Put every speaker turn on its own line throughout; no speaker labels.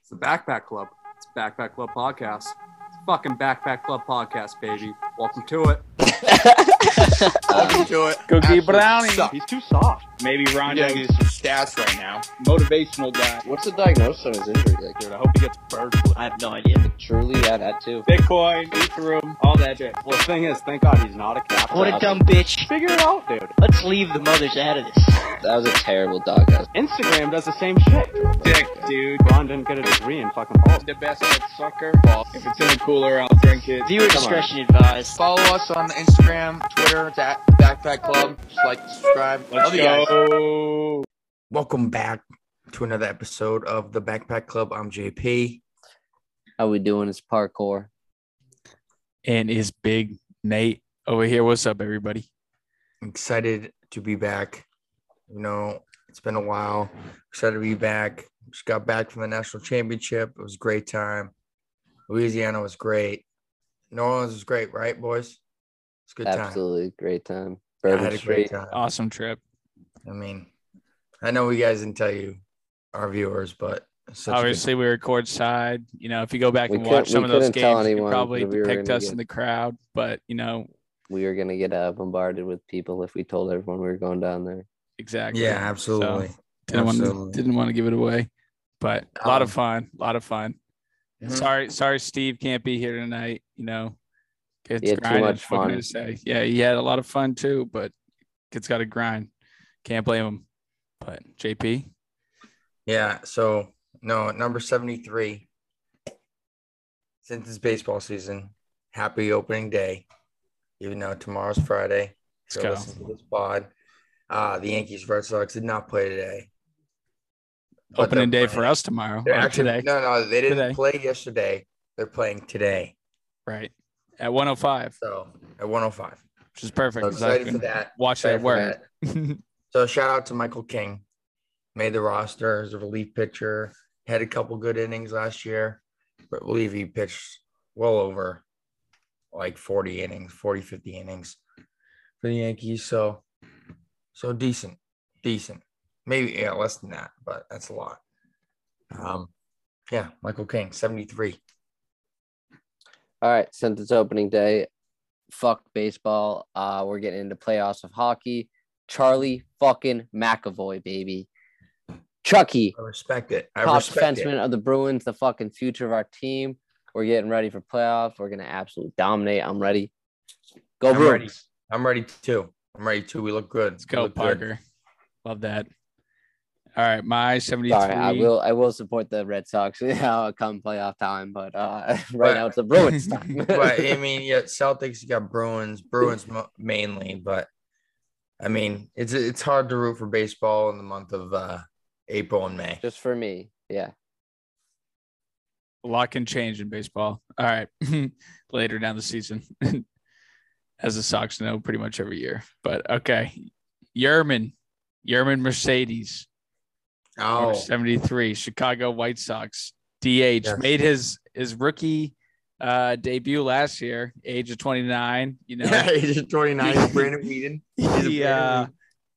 It's the Backpack Club. It's Backpack Club Podcast. It's fucking Backpack Club Podcast, baby. Welcome to it.
Welcome to it.
Cookie
Absolute
Brownie.
suck.
He's too soft.
Maybe Ron
Yeah,
Jones
he's
is
some stats right now.
motivational guy.
What's the diagnosis on his injury? Like,
Dude, I hope he gets bird flu.
I have no idea.
truly, yeah, that too.
Bitcoin, Ethereum, all that shit.
Well, the thing is, thank God he's not a cat.
What a dumb bitch.
Figure it out, dude.
Let's leave the mothers out of this.
That was a terrible doghouse.
Instagram does the same shit.
Dick, dude.
Ron didn't get a degree in fucking politics.
The best at soccer.
If it's in the cooler, I'll drink it.
Viewer
Come on.
discretion advised.
Follow us on Instagram, Twitter, it's at Backpack Club. Just like, subscribe.
Let's
Love you guys.
go.
Welcome back to another episode of the Backpack Club. I'm JP.
How we doing? It's parkour.
and is Big Nate over here. What's up, everybody?
I'm excited to be back. You know, it's been a while. Excited to be back. Just got back from the national championship. It was a great time. Louisiana was great. New Orleans was great, right, boys? It's a good
Absolutely great time.
time. I
Bourbon
had a great
Street.
time.
Awesome trip.
I mean, I know we guys didn't tell you our viewers, but it's such a good-
Obviously, we were courtside. You know, if you go back
We
and watch
couldn't-
some
we
of those
couldn't tell
games, you
anyone
probably
that we were
picked
gonna
us
get-
in the crowd. But you know,
We were gonna get uh, bombarded with people if we told everyone we were going down there.
exactly.
yeah, absolutely.
Didn't want to
absolutely.
didn't want to give it away, but a lot of
Um,
fun. A lot of fun.
Mhm.
Sorry, sorry, Steve can't be here tonight. You know, it's
He had too much
What can I
fun.
say? Yeah, he had a lot of fun too, but it's got to grind. Can't blame him. But JP,
Yeah. So no, number seventy-three. Since it's baseball season, happy opening day. Even though tomorrow's Friday,
let's
so
go.
listen to this pod. Uh, the Yankees Red Sox did not play today. But
opening
they're
day for
playing-
us tomorrow.
They're
or
actually
today,
no, no, they didn't
Today.
play yesterday. They're playing today.
right? At 105,
So at one hundred five.
which is perfect.
So
'cause I
excited for
can
that.
watch
Excited
that
for
work.
So shout out to Michael King, made the roster as a relief pitcher. Had a couple good innings last year, but I believe he pitched well over like 40 innings, 40, 50 innings for the Yankees. So, so decent, decent. Maybe yeah, less than that, but that's a lot. Um, yeah, Michael King, 73.
All right, since it's opening day, fuck baseball. Uh, we're getting into playoffs of hockey. Charlie fucking McAvoy, baby. Chucky,
I respect it. I
top
respect
defenseman
it.
of the Bruins, the fucking future of our team. We're getting ready for playoffs. We're gonna absolutely dominate. I'm ready. Go
I'm
Bruins.
ready. I'm ready too. I'm ready too. We look good.
Let's
We
go,
look good.
Parker. Love that. All right, my 73.
Sorry, I will. I will support the Red Sox you know, come playoff time, but uh, right
But-
now it's the Bruins time.
but I mean, yeah, Celtics you got Bruins, Bruins mo- mainly, but I mean, it's it's hard to root for baseball in the month of uh, April and May.
Just for me, yeah.
A lot can change in baseball. All right, later down the season, as the Sox know pretty much every year. But okay, Yerman, Yerman Mercedes, number
Oh,
73, Chicago White Sox DH,
Yes.
made his his rookie uh debut last year, age of 29. You know,
yeah, he's just 29, Brandon Whedon. He's a
he
Brandon
uh,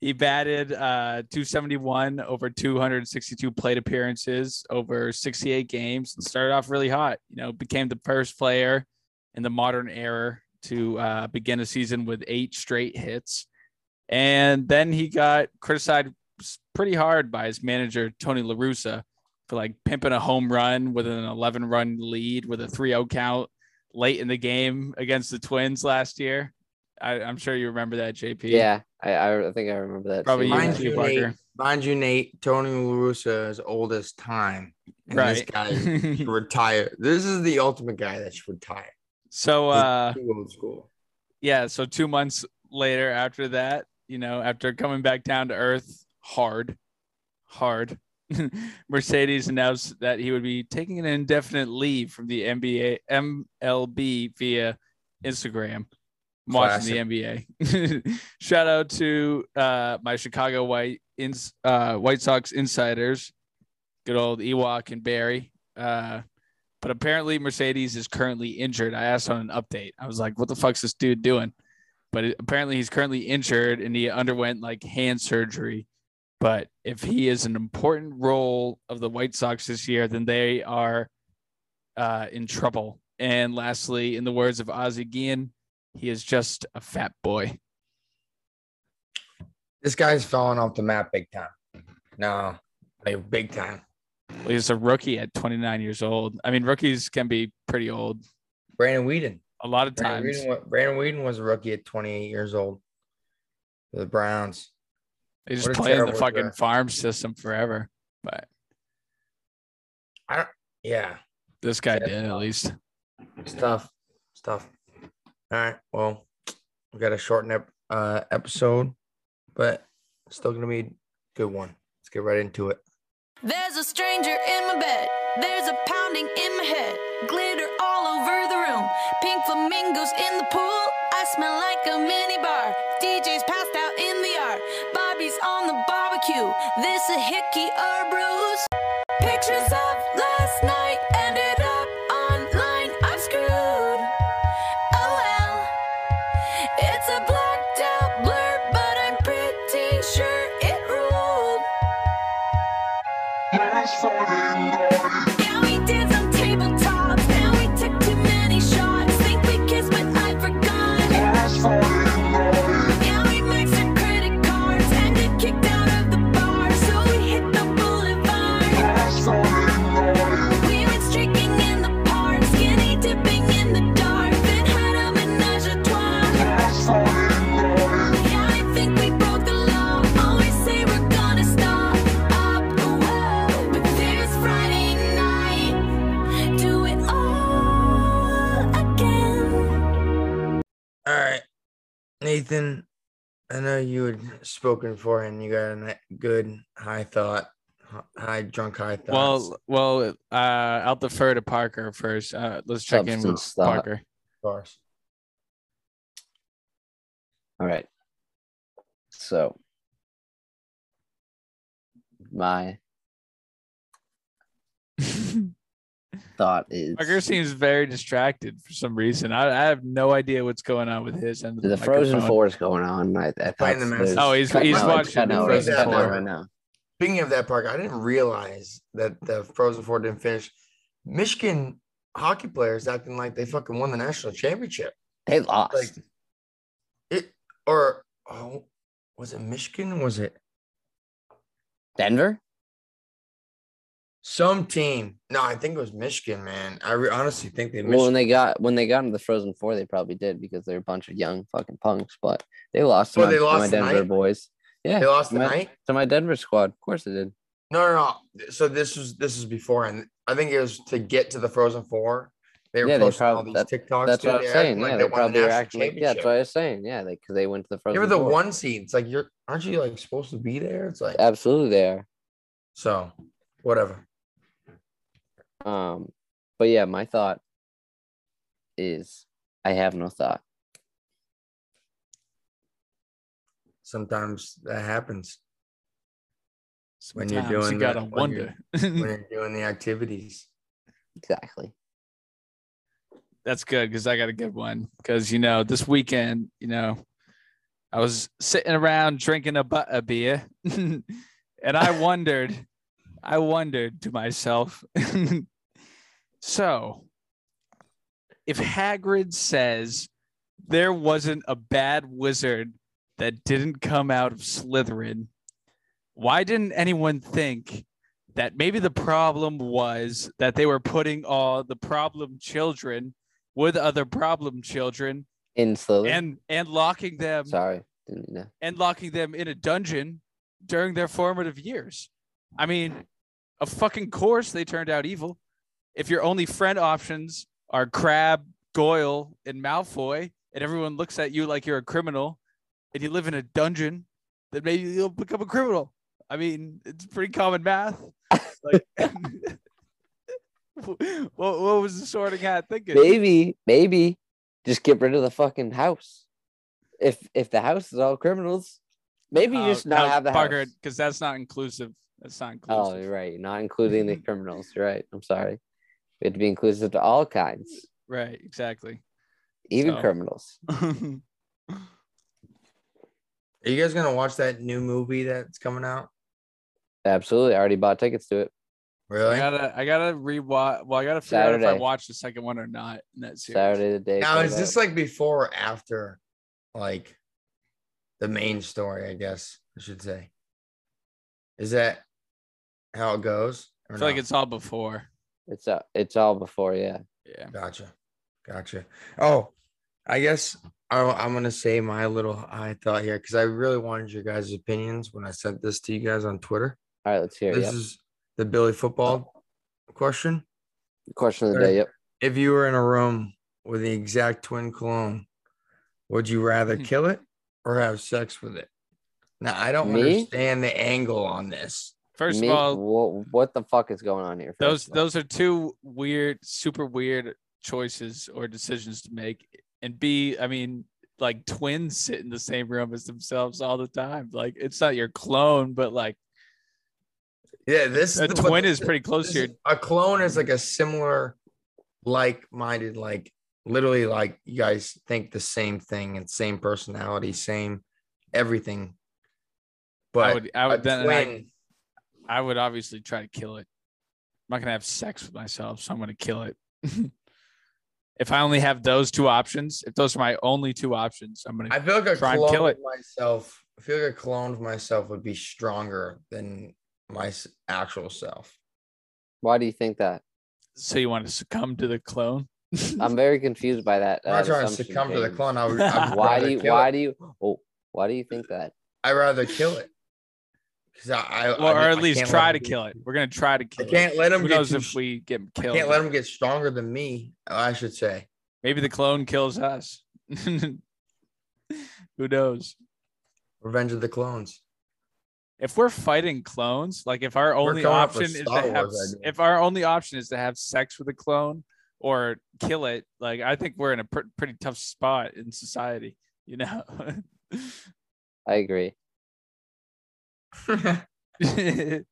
he batted uh 271 over 262 plate appearances over 68 games and started off really hot you know became the first player in the modern era to uh, begin a season with eight straight hits and then he got criticized pretty hard by his manager tony larussa for like pimping a home run with an 11 run lead with a 3-0 count late in the game against the twins last year I, i'm sure you remember that jp
Yeah, I, I think I remember that.
Probably
too.
you,
Mind
too,
you,
Parker.
Nate. Mind you, Nate, Tony LaRussa is oldest time. And This
right
guy should retire. This is the ultimate guy that should retire.
so uh
Too old school.
yeah so two months later after that you know after coming back down to earth hard hard mercedes announced that he would be taking an indefinite leave from the nba mlb via instagram I'm watching the nba shout out to uh my chicago white ins uh white sox insiders good old ewok and barry uh but apparently Mercedes is currently injured. I asked on an update. I was like, "What the fuck's this dude doing?" But it- apparently he's currently injured and he underwent like hand surgery But if he is an important role of the White Sox this year, then they are uh, in trouble. And lastly, in the words of Ozzie Guillen, he is just a fat boy.
This guy's falling off the map big time. No, like big time.
Well, He's a rookie at 29 years old. I mean, rookies can be pretty old
Brandon Whedon.
a lot of
Brandon
times.
Whedon, wa- Brandon Whedon was a rookie at 28 years old for the Browns.
They just
What a
play in the
terrible
fucking
draft.
farm system forever. But
Yeah,
this guy
Yeah.
did at least.
it's
Mm-hmm.
tough. It's tough. All right. Well, we got a shortened ep- uh, episode, but still going to be a good one. Let's get right into it.
There's a stranger in my bed. There's a pounding in my head. Glitter all over the room. Pink flamingos in the pool. I smell like a mini bar. DJ's passed out in the yard. Bobby's on the barbecue. This a hickey or bruise. Pictures of last night ended up online. I'm screwed. Oh well. It's a blacked out blur, but I'm pretty sure it ruled. Now we dance on tabletops. Now we took too many shots. Think we kissed, but I forgot. Now we maxed our credit cards and get kicked out of the bar, so we hit the boulevard. We went streaking in the park, skinny dipping in the dark, then had a menage a trois. Now I think we broke the law. Always say we're gonna stop. Up, whoa. But there's Friday night. Do it all again.
All right, Nathan. I know you had spoken for him. You got a ni- good high thought, hi- high drunk high thoughts.
Well, well, uh, I'll defer to Parker first. Uh, let's check in with
Substance thought.
Parker.
of course.
All right. So my thought is
Parker seems very distracted for some reason. I, I have no idea what's going on with his end. Of the,
the Frozen
microphone.
Four is going on. I, I thought
Playing the
there's-
Masters.
Oh, he's
I
he's
know,
watching
I know,
the
right,
Frozen
I know
Four.
right now.
Speaking of that park, I didn't realize that the Frozen Four didn't finish. Michigan hockey players acting like they fucking won the national championship.
They lost.
Like it or oh, was it Michigan? Was it
Denver?
some team? No, I think it was Michigan, man. I re- honestly think they missed.
Well, when they got when they got into the Frozen Four, they probably did because they're a bunch of young fucking punks. But they lost. to
Oh,
my-
they
to
lost
my Denver
tonight?
boys. Yeah,
they lost
to
the
my,
night.
to my Denver squad. Of course they did.
No, no, no. So this was this was before, and I think it was to get to the Frozen Four. They were
Yeah, they
posting all
prob-
these
that-
TikToks.
that's
dude.
what I'm
They acted
saying.
like
yeah, they
they won the
probably were
national
acting. Like, yeah, that's
championship.
what I was saying. Yeah, because they went to the
They
Frozen.
were the
Four.
one seed. It's like you're aren't you like supposed to be there? It's like
Absolutely, they are.
so, whatever.
Um, but yeah, my thought is I have no thought.
Sometimes that happens When you're
Sometimes
doing
you
that,
gotta
when you're-
wonder.
when you're doing the activities.
Exactly.
that's good because I got a good one. Because you know, this weekend, you know, I was sitting around drinking a, bu- a beer, and I wondered, I wondered to myself, so if Hagrid says there wasn't a bad wizard that didn't come out of Slytherin, why didn't anyone think? That maybe the problem was that they were putting all the problem children with other problem children
In slowly.
and and locking them
Sorry, didn't know.
and locking them in a dungeon during their formative years. I mean, a fucking course they turned out evil. If your only friend options are Crab, Goyle, and Malfoy, and everyone looks at you like you're a criminal, and you live in a dungeon, then maybe you'll become a criminal. I mean, it's pretty common math. Like, what, what was the sorting hat thinking?
Maybe, maybe, just get rid of the fucking house. If if the house is all criminals, maybe you
Oh,
just not
no,
have the
Parker,
house.
because that's not inclusive. That's not
Oh,
inclusive.
you're right. Not including the criminals. You're right. I'm sorry. We had to be inclusive to all kinds,
right. exactly.
even
So.
criminals.
Are you guys gonna watch that new movie that's coming out?
Absolutely. I already bought tickets to it.
I
Really?
gotta, I gotta rewatch. Well, I gotta figure out if I
Saturday.
watch the second one or not in that series.
Saturday the day. it
Now
comes
is this
out.
like before or after like the main story, I guess I should say. Is that how it goes?
I
or
feel like
no?
it's all before.
it's all, it's all before, yeah.
Yeah.
gotcha. Gotcha. Oh, I guess I, I'm gonna say my little high thought here because I really wanted your guys' opinions when I sent this to you guys on Twitter.
All right, let's hear it.
This
Yep.
is the Billy football question.
Question of the day. Yep.
If you were in a room with the exact twin clone, would you rather
Hmm.
kill it or have sex with it? Now, I don't
Me?
understand the angle on this.
First
Me-
of all,
wha- what the fuck is going on here?
those
first of all?
those are two weird, super weird choices or decisions to make. And B, I mean, like twins sit in the same room as themselves all the time. Like it's not your clone, but like
Yeah, this
a
the-
twin
but
is pretty close
this
to your
is- A clone is like a similar, like minded, like literally, like you guys think the same thing and same personality, same everything. But
I would I would
a
then I,
twin-
I would obviously try to kill it. I'm not gonna have sex with myself, so I'm gonna kill it. if I only have those two options, if those are my only two options, I'm gonna
I feel like a
Try and
clone
kill
of myself. I feel like a clone of myself would be stronger than my s- actual self.
Why do you think that?
so you want to succumb to the clone.
I'm very confused by that.
I'm
uh,
not trying to
assumption,
succumb to the
James.
clone. I would, I would
Why
rather
do you?
kill
Why
it.
do you? Oh, why do you think that?
I'd rather kill it. Because I, I,
Well,
I-
or
I
at least
can't let
try
him
to
get-
kill it. We're gonna try to
I
kill
can't
it.
let him
Who
get
knows
too
if
s-
we get
I
killed?
can't let him get stronger than me. I should say.
Maybe the clone kills us. Who knows?
Revenge of the Clones.
If we're fighting clones, like if our only
coming up
option
with
is
Star
to have,
Wars ideas.
if our only option is to have sex with a clone or kill it, like I think we're in a pr- pretty tough spot in society. You know.
I agree.
that's a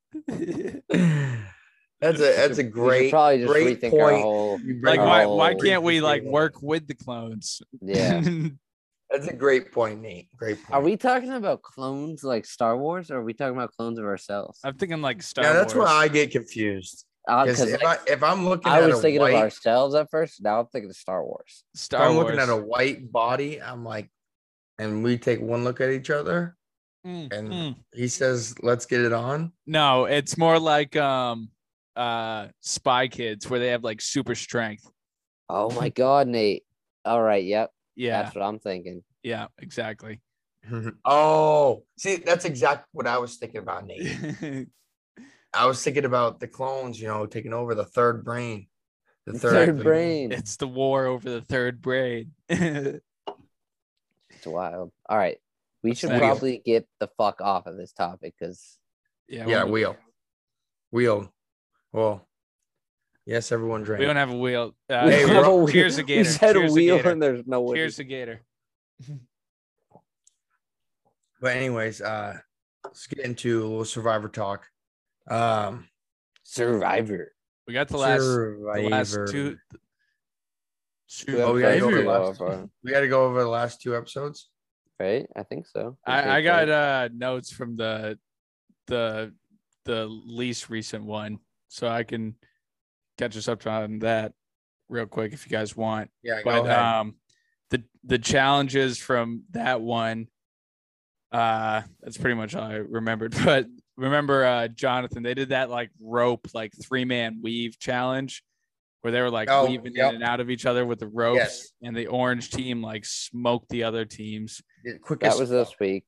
that's a
We should
great
probably just
great
rethink our
point.
whole.
you bring
like why
up.
why
Oh.
can't we like work with the clones?
Yeah.
That's a great point, Nate. Great point.
Are we talking about clones like Star Wars, or are we talking about clones of ourselves?
I'm thinking like Star
Yeah, that's
Wars.
where I get confused.
Uh,
'Cause
'cause,
if,
like,
I, if I'm looking
I
at
was
a
thinking
white,
of ourselves at first. Now I'm thinking of Star Wars.
if
Star
I'm
Wars.
looking at a white body, I'm like, and we take one look at each other,
Mm,
and
mm.
he says, "Let's get it on."
No, it's more like um uh spy kids where they have like super strength.
Oh my god, Nate. All right, yep.
Yeah,
That's what I'm thinking.
yeah, exactly.
oh, see, that's exactly what I was thinking about, Nate.
yeah,
I was thinking about the clones, you know, taking over the third brain, the
Third,
third,
brain.
it's the war over the third brain.
It's wild. All right. We should
Wheel.
probably get the fuck off of this topic because
yeah,
Yeah,
we,
wheel, wheel. Well, yes, everyone drank.
we don't have a wheel. Uh,
we
Hey,
have a
we're-
wheel.
cheers to
We
Gator.
said
Cheers to
wheel
Gator.
and there's no way.
Here's the gator.
but anyways, uh, let's get into a little survivor talk. Um,
Survivor.
We got the last, the last
Survivor.
two.
Two
Oh, we gotta go over the
episodes
last.
over,
We got to go over the last two episodes.
Right? I think so.
I, I got uh notes from the the the least recent one, so I can catch us up on that real quick if you guys want.
Yeah, go
But
ahead.
um the the challenges from that one uh that's pretty much all I remembered. But remember uh Jonathan, they did that like rope like three man weave challenge where they were like
Oh,
weaving
yep.
in and out of each other with the ropes
Yes.
and the orange team like smoked the other teams.
Yeah, quickest.
that was this week.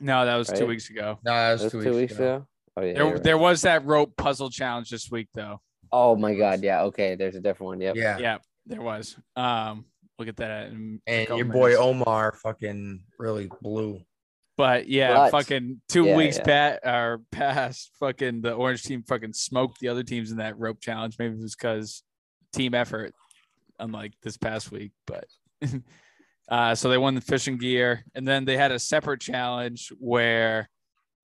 No, that was two
Right.
weeks ago.
No, that was
That was two weeks ago. Oh yeah.
There,
you're right.
there was that rope puzzle challenge this week, though.
Oh my god, yeah. Okay, there's a different one. Yep.
Yeah.
Yeah, there was. Um, we'll get that at in a
And
couple
your boy
minutes.
Omar fucking really blew.
But yeah,
But-
fucking two
Yeah,
weeks
yeah.
pat or past, fucking the orange team fucking smoked the other teams in that rope challenge. Maybe it was because team effort, unlike this past week. But uh, so they won the fishing gear, and then they had a separate challenge where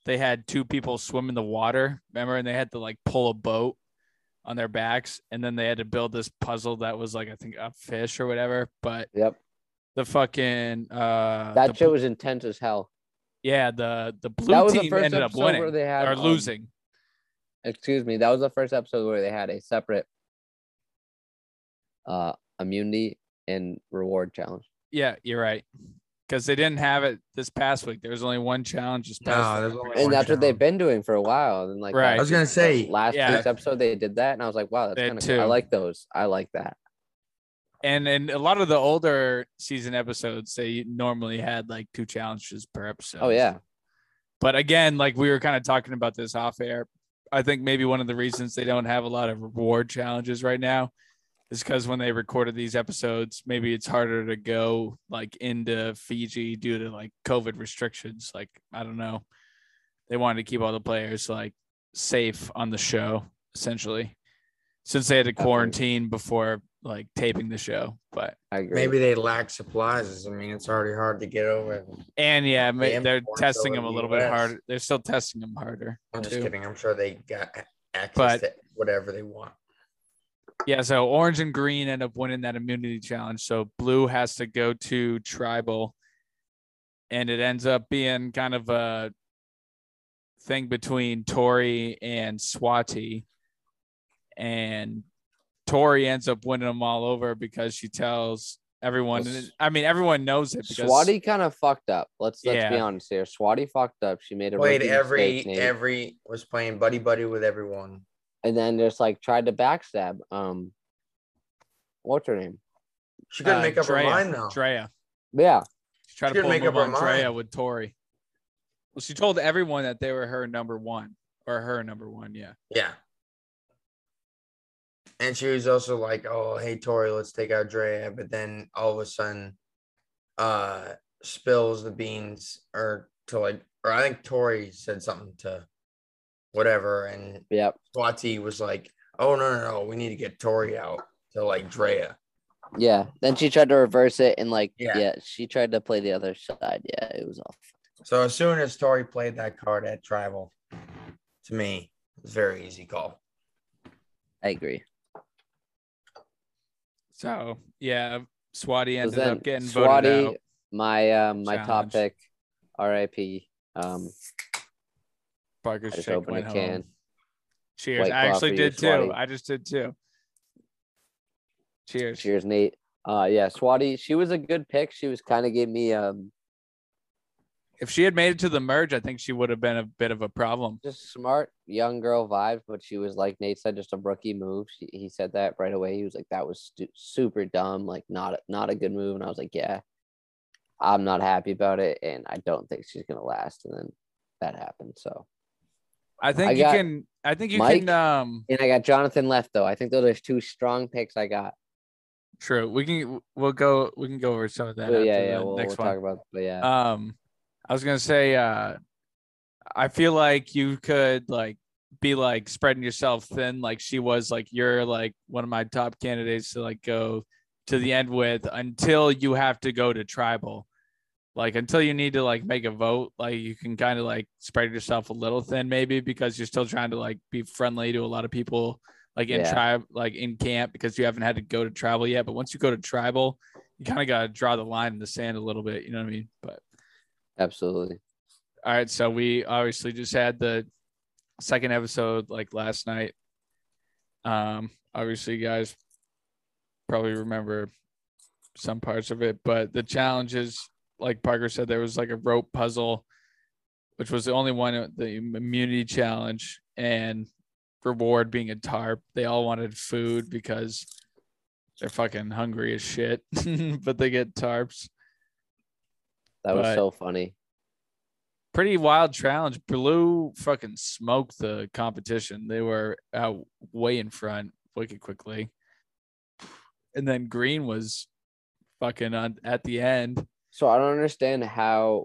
they had two people swim in the water. Remember, and they had to like pull a boat on their backs, and then they had to build this puzzle that was like I think a fish or whatever. But
Yep.
the fucking uh,
That
the
shit was intense as hell.
Yeah, the the blue
that was
team
the first
ended up
episode where
winning
they had
or
um,
losing.
excuse me, that was the first episode where they had a separate uh immunity and reward challenge.
Yeah, you're right. Because they didn't have it this past week. There was only one challenge this
No,
past
there's
week.
only
And
Reward
that's what they've
challenge.
been doing for a while. And like
Right.
I was gonna say,
last
Yeah.
week's episode they did that, and I was like, wow, that's
They had
kind of cool. I
two.
like those. I like that.
And and a lot of the older season episodes, they normally had like two challenges per episode.
Oh yeah,
But again, like we were kind of talking about this off air, I think maybe one of the reasons they don't have a lot of reward challenges right now is because when they recorded these episodes, maybe it's harder to go like into Fiji due to like COVID restrictions. Like, I don't know. They wanted to keep all the players like safe on the show, essentially, since they had to
Definitely.
quarantine before like taping the show. But,
I agree.
maybe they lack supplies. I mean, it's already hard to get over.
and yeah, ma-
Damn,
they're
more so
testing
in
them a
the
little bit
US.
harder. They're still testing them harder.
I'm just
too.
kidding. I'm sure they got access
But-
to whatever they want.
Yeah, so orange and green end up winning that immunity challenge. So blue has to go to tribal, and it ends up being kind of a thing between Tori and Swati. And Tori ends up winning them all over because she tells everyone.
Well,
and I mean, everyone knows it because
Swati kind of fucked up. Let's let's be
Yeah.
honest here. Swati fucked up. She made a
Played
rookie
every
mistake, Nate,
every was playing buddy buddy with everyone.
and then just like tried to backstab. Um, what's her name?
She couldn't
uh,
make up
Drea-
her mind though.
Drea.
Yeah,
She tried
She
to
couldn't
pull a
make
move
up her
on Drea
mind.
with Tori. Well, she told everyone that they were her number one or her number one. Yeah.
yeah. And she was also like, "Oh, hey Tori, let's take out Drea," but then all of a sudden, uh, spills the beans or to like, or I think Tori said something to whatever, and
yep,
Swati was like, "Oh no, no, no, we need to get Tori out to like Drea."
yeah. Then she tried to reverse it, and like yeah,
Yeah.
she tried to play the other side. Yeah, it was awful.
So as soon as Tori played that card at Tribal, to me, it's a very easy call.
I agree.
So yeah, Swati
So
ended
then
up getting voted
Swati,
out.
my um, my top
Challenge.
pick, R.I.P. Um,
Parker's
I just
chick
opened a
went home.
can.
Cheers!
White
I
claw
actually
for
did too.
you, Swati.
I just did too. Cheers!
Cheers, Nate. Uh, yeah, Swati. She was a good pick. She was kind of gave me um
If she had made it to the merge, I think she would have been a bit of a problem.
just smart young girl vibes, but she was like Nate said, just a rookie move. She, he said that right away. He was like, "That was stu- super dumb, like not not a good move." And I was like, "Yeah, I'm not happy about it, and I don't think she's gonna last." And then that happened. So,
I think
I
you
got
can. I think you
Mike.
can. Um,
and I got Jonathan left though. I think those are two strong picks I got.
true. We can. We'll go. We can go over some of that.
But
after
Oh, yeah, yeah,
the
we'll,
next
we'll
one.
talk about. But yeah,
um i was gonna say uh i feel like you could like be like spreading yourself thin like she was like you're like one of my top candidates to like go to the end with until you have to go to tribal like until you need to like make a vote like you can kind of like spread yourself a little thin maybe because you're still trying to like be friendly to a lot of people like in
Yeah.
tribe like in camp because you haven't had to go to tribal yet but once you go to tribal you kind of got to draw the line in the sand a little bit you know what i mean but
absolutely.
all right, so we obviously just had the second episode like last night. Um, obviously, you guys probably remember some parts of it, but the challenges, like Parker said, there was like a rope puzzle, which was the only one uh, the immunity challenge and reward being a tarp. They all wanted food because they're fucking hungry as shit, but they get tarps.
That was
But-
so funny.
pretty wild challenge. Blue fucking smoked the competition. They were out way in front wicked quickly. And then green was fucking on at the end.
So I don't understand how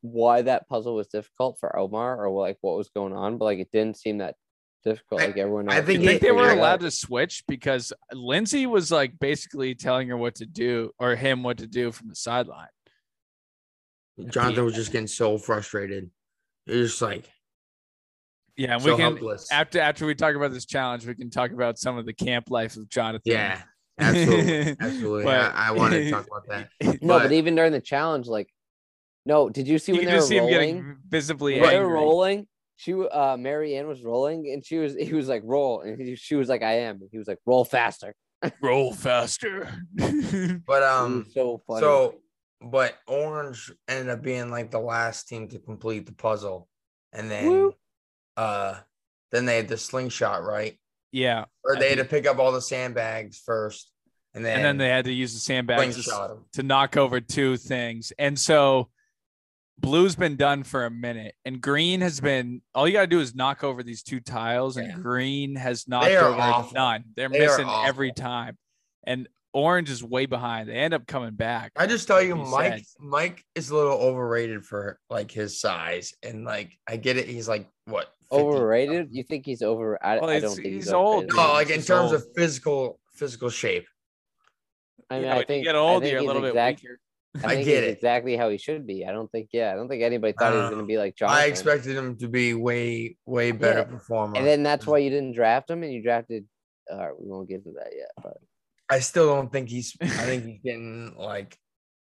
why that puzzle was difficult for Omar or like what was going on, but like it didn't seem that difficult.
I-
Like everyone
I
else
I
think
seemed
think
to
they were
figure it
allowed
out.
to switch because Lindsay was like basically telling her what to do or him what to do from the sideline.
Jonathan was just getting so frustrated. He was just like
Yeah, and
so
we can
helpless.
after after we talk about this challenge, we can talk about some of the camp life of Jonathan.
yeah, absolutely, absolutely. I, I wanted to talk about that.
No, but
But-
even during the challenge, like No, did you see
You
when
can
they were
just see him
rolling?
getting visibly
When they were
angry.
rolling. She, w- uh, Mary Ann was rolling, and she was, he was like, roll, and he, she was like, I am, and he was like, roll faster.
Roll faster.
But
It
um,
was so funny.
So, but Orange ended up being like the last team to complete the puzzle, and then,
Woo.
uh, then they had the slingshot, right?
yeah,
Or
I
they had to pick up all the sandbags first, and then
and then they had to use the sandbags to s-
slingshot 'em.
to knock over two things. And so blue's been done for a minute and green has been all you got to do is knock over these two tiles
Yeah.
and green has knocked
They are
over
awful.
none. They're
They are
missing every
awful.
time. And orange is way behind. They end up coming back.
I just tell you,
He
Mike,
said.
Mike is a little overrated for like his size, and like I get it, he's like what 50
overrated? You think he's over? I,
Well,
I
he's-
don't think he's,
he's old,
overrated.
dude.
No, like in
He's
terms
old.
of physical physical shape.
I mean,
Yeah, when
I think
you get
I
older,
think
you're a
he's
little
exact-
bit weaker.
I
think
get
he's
it.
exactly how he should be. I don't think. Yeah, I don't think anybody thought he was
Uh,
going to
Um,
be like Jonathan.
I expected him to be way way better
Yeah.
performer.
and then that's why you didn't draft him, and you drafted. All right, we won't get to that yet. But
I still don't think he's. I think he's getting like.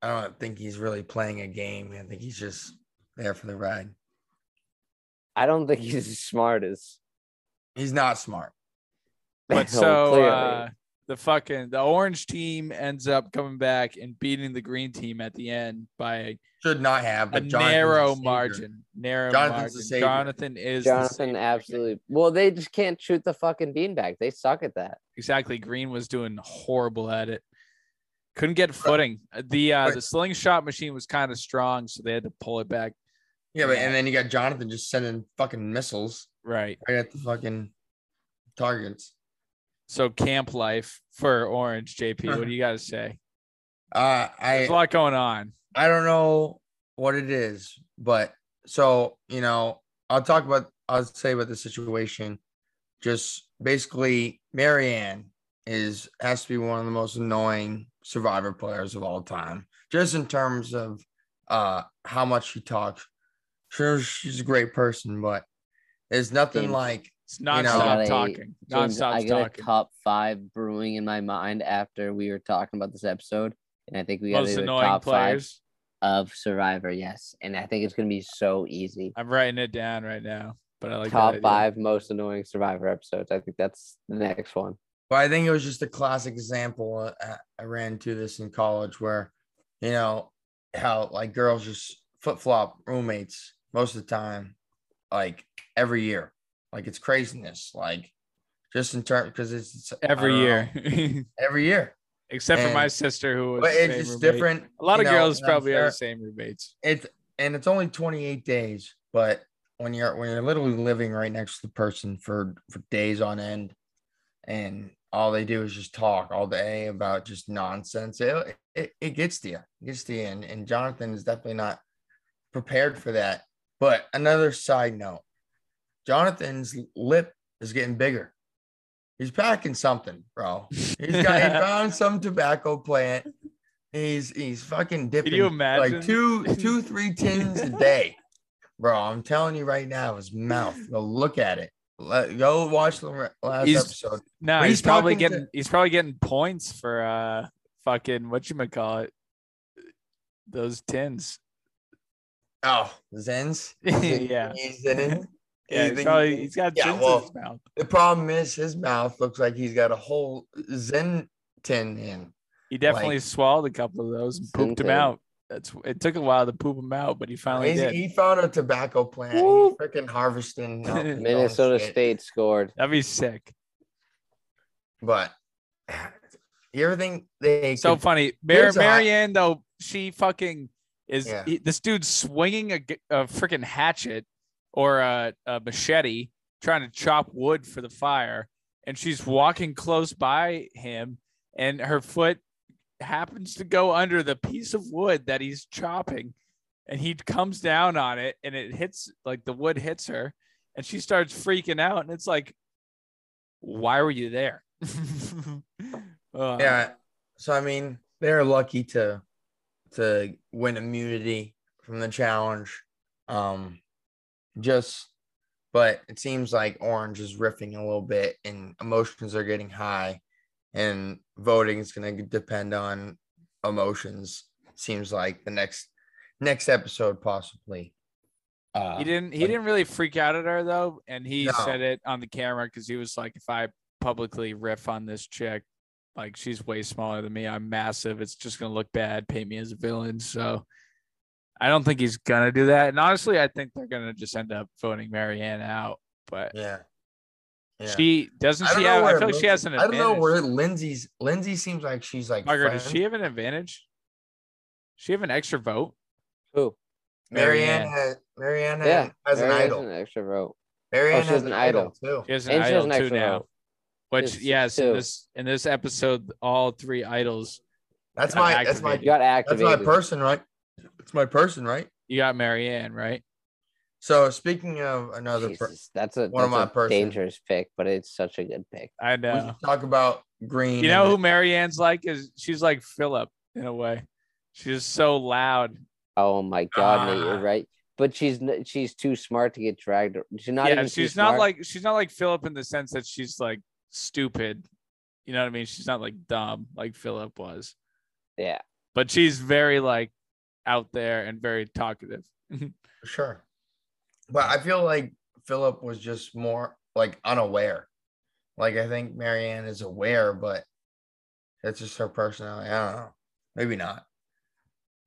I don't think he's really playing a game. I think he's just there for the ride.
I don't think he's the smartest.
He's not smart.
But
No,
so
oh, clearly.
uh, the fucking the orange team ends up coming back and beating the green team at the end by
Should not have.
a
But Jonathan's the
narrow
savior.
margin. Narrow
Jonathan's the
margin.
savior.
Jonathan is the
Jonathan
savior.
absolutely. Well, they just can't shoot the fucking beanbag. They suck at that.
Exactly. Green was doing horrible at it. Couldn't get footing. The uh
Right.
the slingshot machine was kind of strong, so they had to pull it back.
Yeah, but and then you got Jonathan just sending fucking missiles
Right.
right at the fucking targets.
So camp life for Orange
Uh-huh.
JP. What do you got to say?
Uh, I
There's a lot going on.
I don't know what it is, but so you know, I'll talk about I'll say about the situation. Just basically, Marianne is has to be one of the most annoying survivor players of all time, just in terms of uh how much she talks. Sure, she's a great person, but there's nothing
James.
like
It's nonstop
Got a-
talking.
James, I
Nonstop
got
talking.
a top five brewing in my mind after we were talking about this episode, and I think we got
Most
to the
annoying
top
players.
five of Survivor. Yes, and I think it's going to be so easy.
I'm writing it down right now, but I like that
top
idea.
five most annoying Survivor episodes. I think that's the next one.
But I think it was just a classic example. uh, I, I ran to this in college where, you know, how like girls just flip flop roommates most of the time, like every year. Like it's craziness. Like just in terms, because it's, it's I
every
don't know,
year,
every year.
except for my
And-
sister who was.
But
the
it's
same
just
roommate.
different.
A lot
you
of
know,
girls
and I'm
probably are
sure-
the same roommates.
it's and it's only 28 days but when you're when you're literally living right next to the person for for days on end and all they do is just talk all day about just nonsense it it, it gets to you it gets to you and, and jonathan is definitely not prepared for that but another side note jonathan's lip is getting bigger he's packing something bro he's got he found some tobacco plant he's he's fucking dipping
you
like
imagine?
two two three tins a day bro i'm telling you right now his mouth go look at it Let, go watch the re- last
He's-
episode
No,
But
he's,
he's
probably
talking to-
getting he's probably getting points for uh fucking what you call it those tins.
oh zens
yeah.
he's in it You
Yeah, he's,
think-
probably, he's got
Yeah,
tins
well,
in his mouth.
the problem is his mouth looks like he's got a whole zen tin in
He definitely
like-
swallowed a couple of those and pooped them
Tin.
out. That's it took a while to poop them out, but he finally
He's-
did.
he found a tobacco plant
Woo.
he's freaking harvesting up his own
Minnesota
shit.
State scored.
That'd be sick.
but you ever think they
so
could-
funny. Mar-
here's a hot-
Marianne though, she fucking is
Yeah.
he- this dude swinging a, g- a freaking hatchet or a, a machete trying to chop wood for the fire, and she's walking close by him, and her foot happens to go under the piece of wood that he's chopping, and he comes down on it, and it hits like the wood hits her, and she starts freaking out, and it's like, why were you there? Uh,
Yeah. So I mean, they're lucky to to win immunity from the challenge. Um just but it seems like Orange is riffing a little bit and emotions are getting high and voting is going to depend on emotions seems like the next next episode possibly. Uh,
He didn't. He
like-
didn't really freak out at her though, and he
No.
said it on the camera because he was like, "If I publicly riff on this chick, like she's way smaller than me. I'm massive. It's just gonna look bad. Paint me as a villain." So, I don't think he's gonna do that. And honestly, I think they're gonna just end up voting Marianne out. But
Yeah. Yeah.
she doesn't.
I don't
She
know
have, I
where
feel like she
Lin-
has an
I don't
advantage.
know where Lindsay's Lindsay seems like she's like
Margaret, does
friend.
she have an advantage? She have an extra vote.
Who?
Marianne
Marianne.
has Marianne
Yeah,
has an
Marianne
idol.
An extra vote.
Marianne
she
has
has
an
an
idol too.
She has an
And she has
idol
an
too
extra
now.
vote.
Which
Yes,
yes, in
two.
this in this episode, all three idols.
That's
got
my that's my
You got
that's
activated.
my person, right? It's my person, right?
You got Marianne, right?
So speaking of another person,
Jesus, that's a,
one of
that's
my
a
person.
dangerous pick, but it's such a good pick.
I
we
know.
should talk about Green.
You know
and-
who Marianne's like is she's like Philip in a way. She's so loud.
Oh my god, Nate,
Ah.
you're right. But she's n- she's too smart to get dragged. She's not
yeah,
even too
she's not
smart.
like she's not like Philip in the sense that she's like stupid. You know what I mean? She's not like dumb like Philip was,
yeah.
but she's very like out there and very talkative.
For sure. But I feel like Philip was just more like unaware. Like I think Marianne is aware, but that's just her personality. I don't know. Maybe not.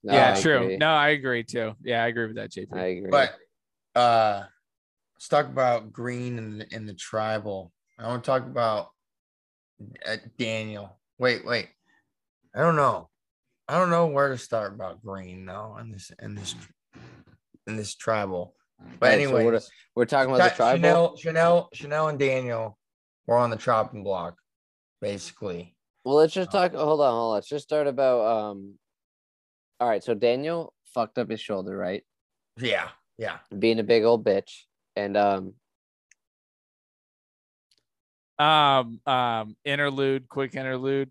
No,
yeah,
I
true.
agree.
No, I agree too. Yeah, I agree with that, JP.
I agree.
But uh let's talk about Green and the, and the tribal. I want to talk about uh, Daniel. Wait, wait. I don't know. I don't know where to start about Green though in this in this in this tribal. But
Right, so
anyway,
what a- We're talking about the
Cha-
tribal.
Chanel, Chanel, Chanel, and Daniel were on the chopping block, basically.
Well, let's just
Uh,
talk. Hold on, hold on. Let's just start about. Um. All right, so Daniel fucked up his shoulder, right?
Yeah, yeah.
Being a big old bitch, and um,
um um interlude quick interlude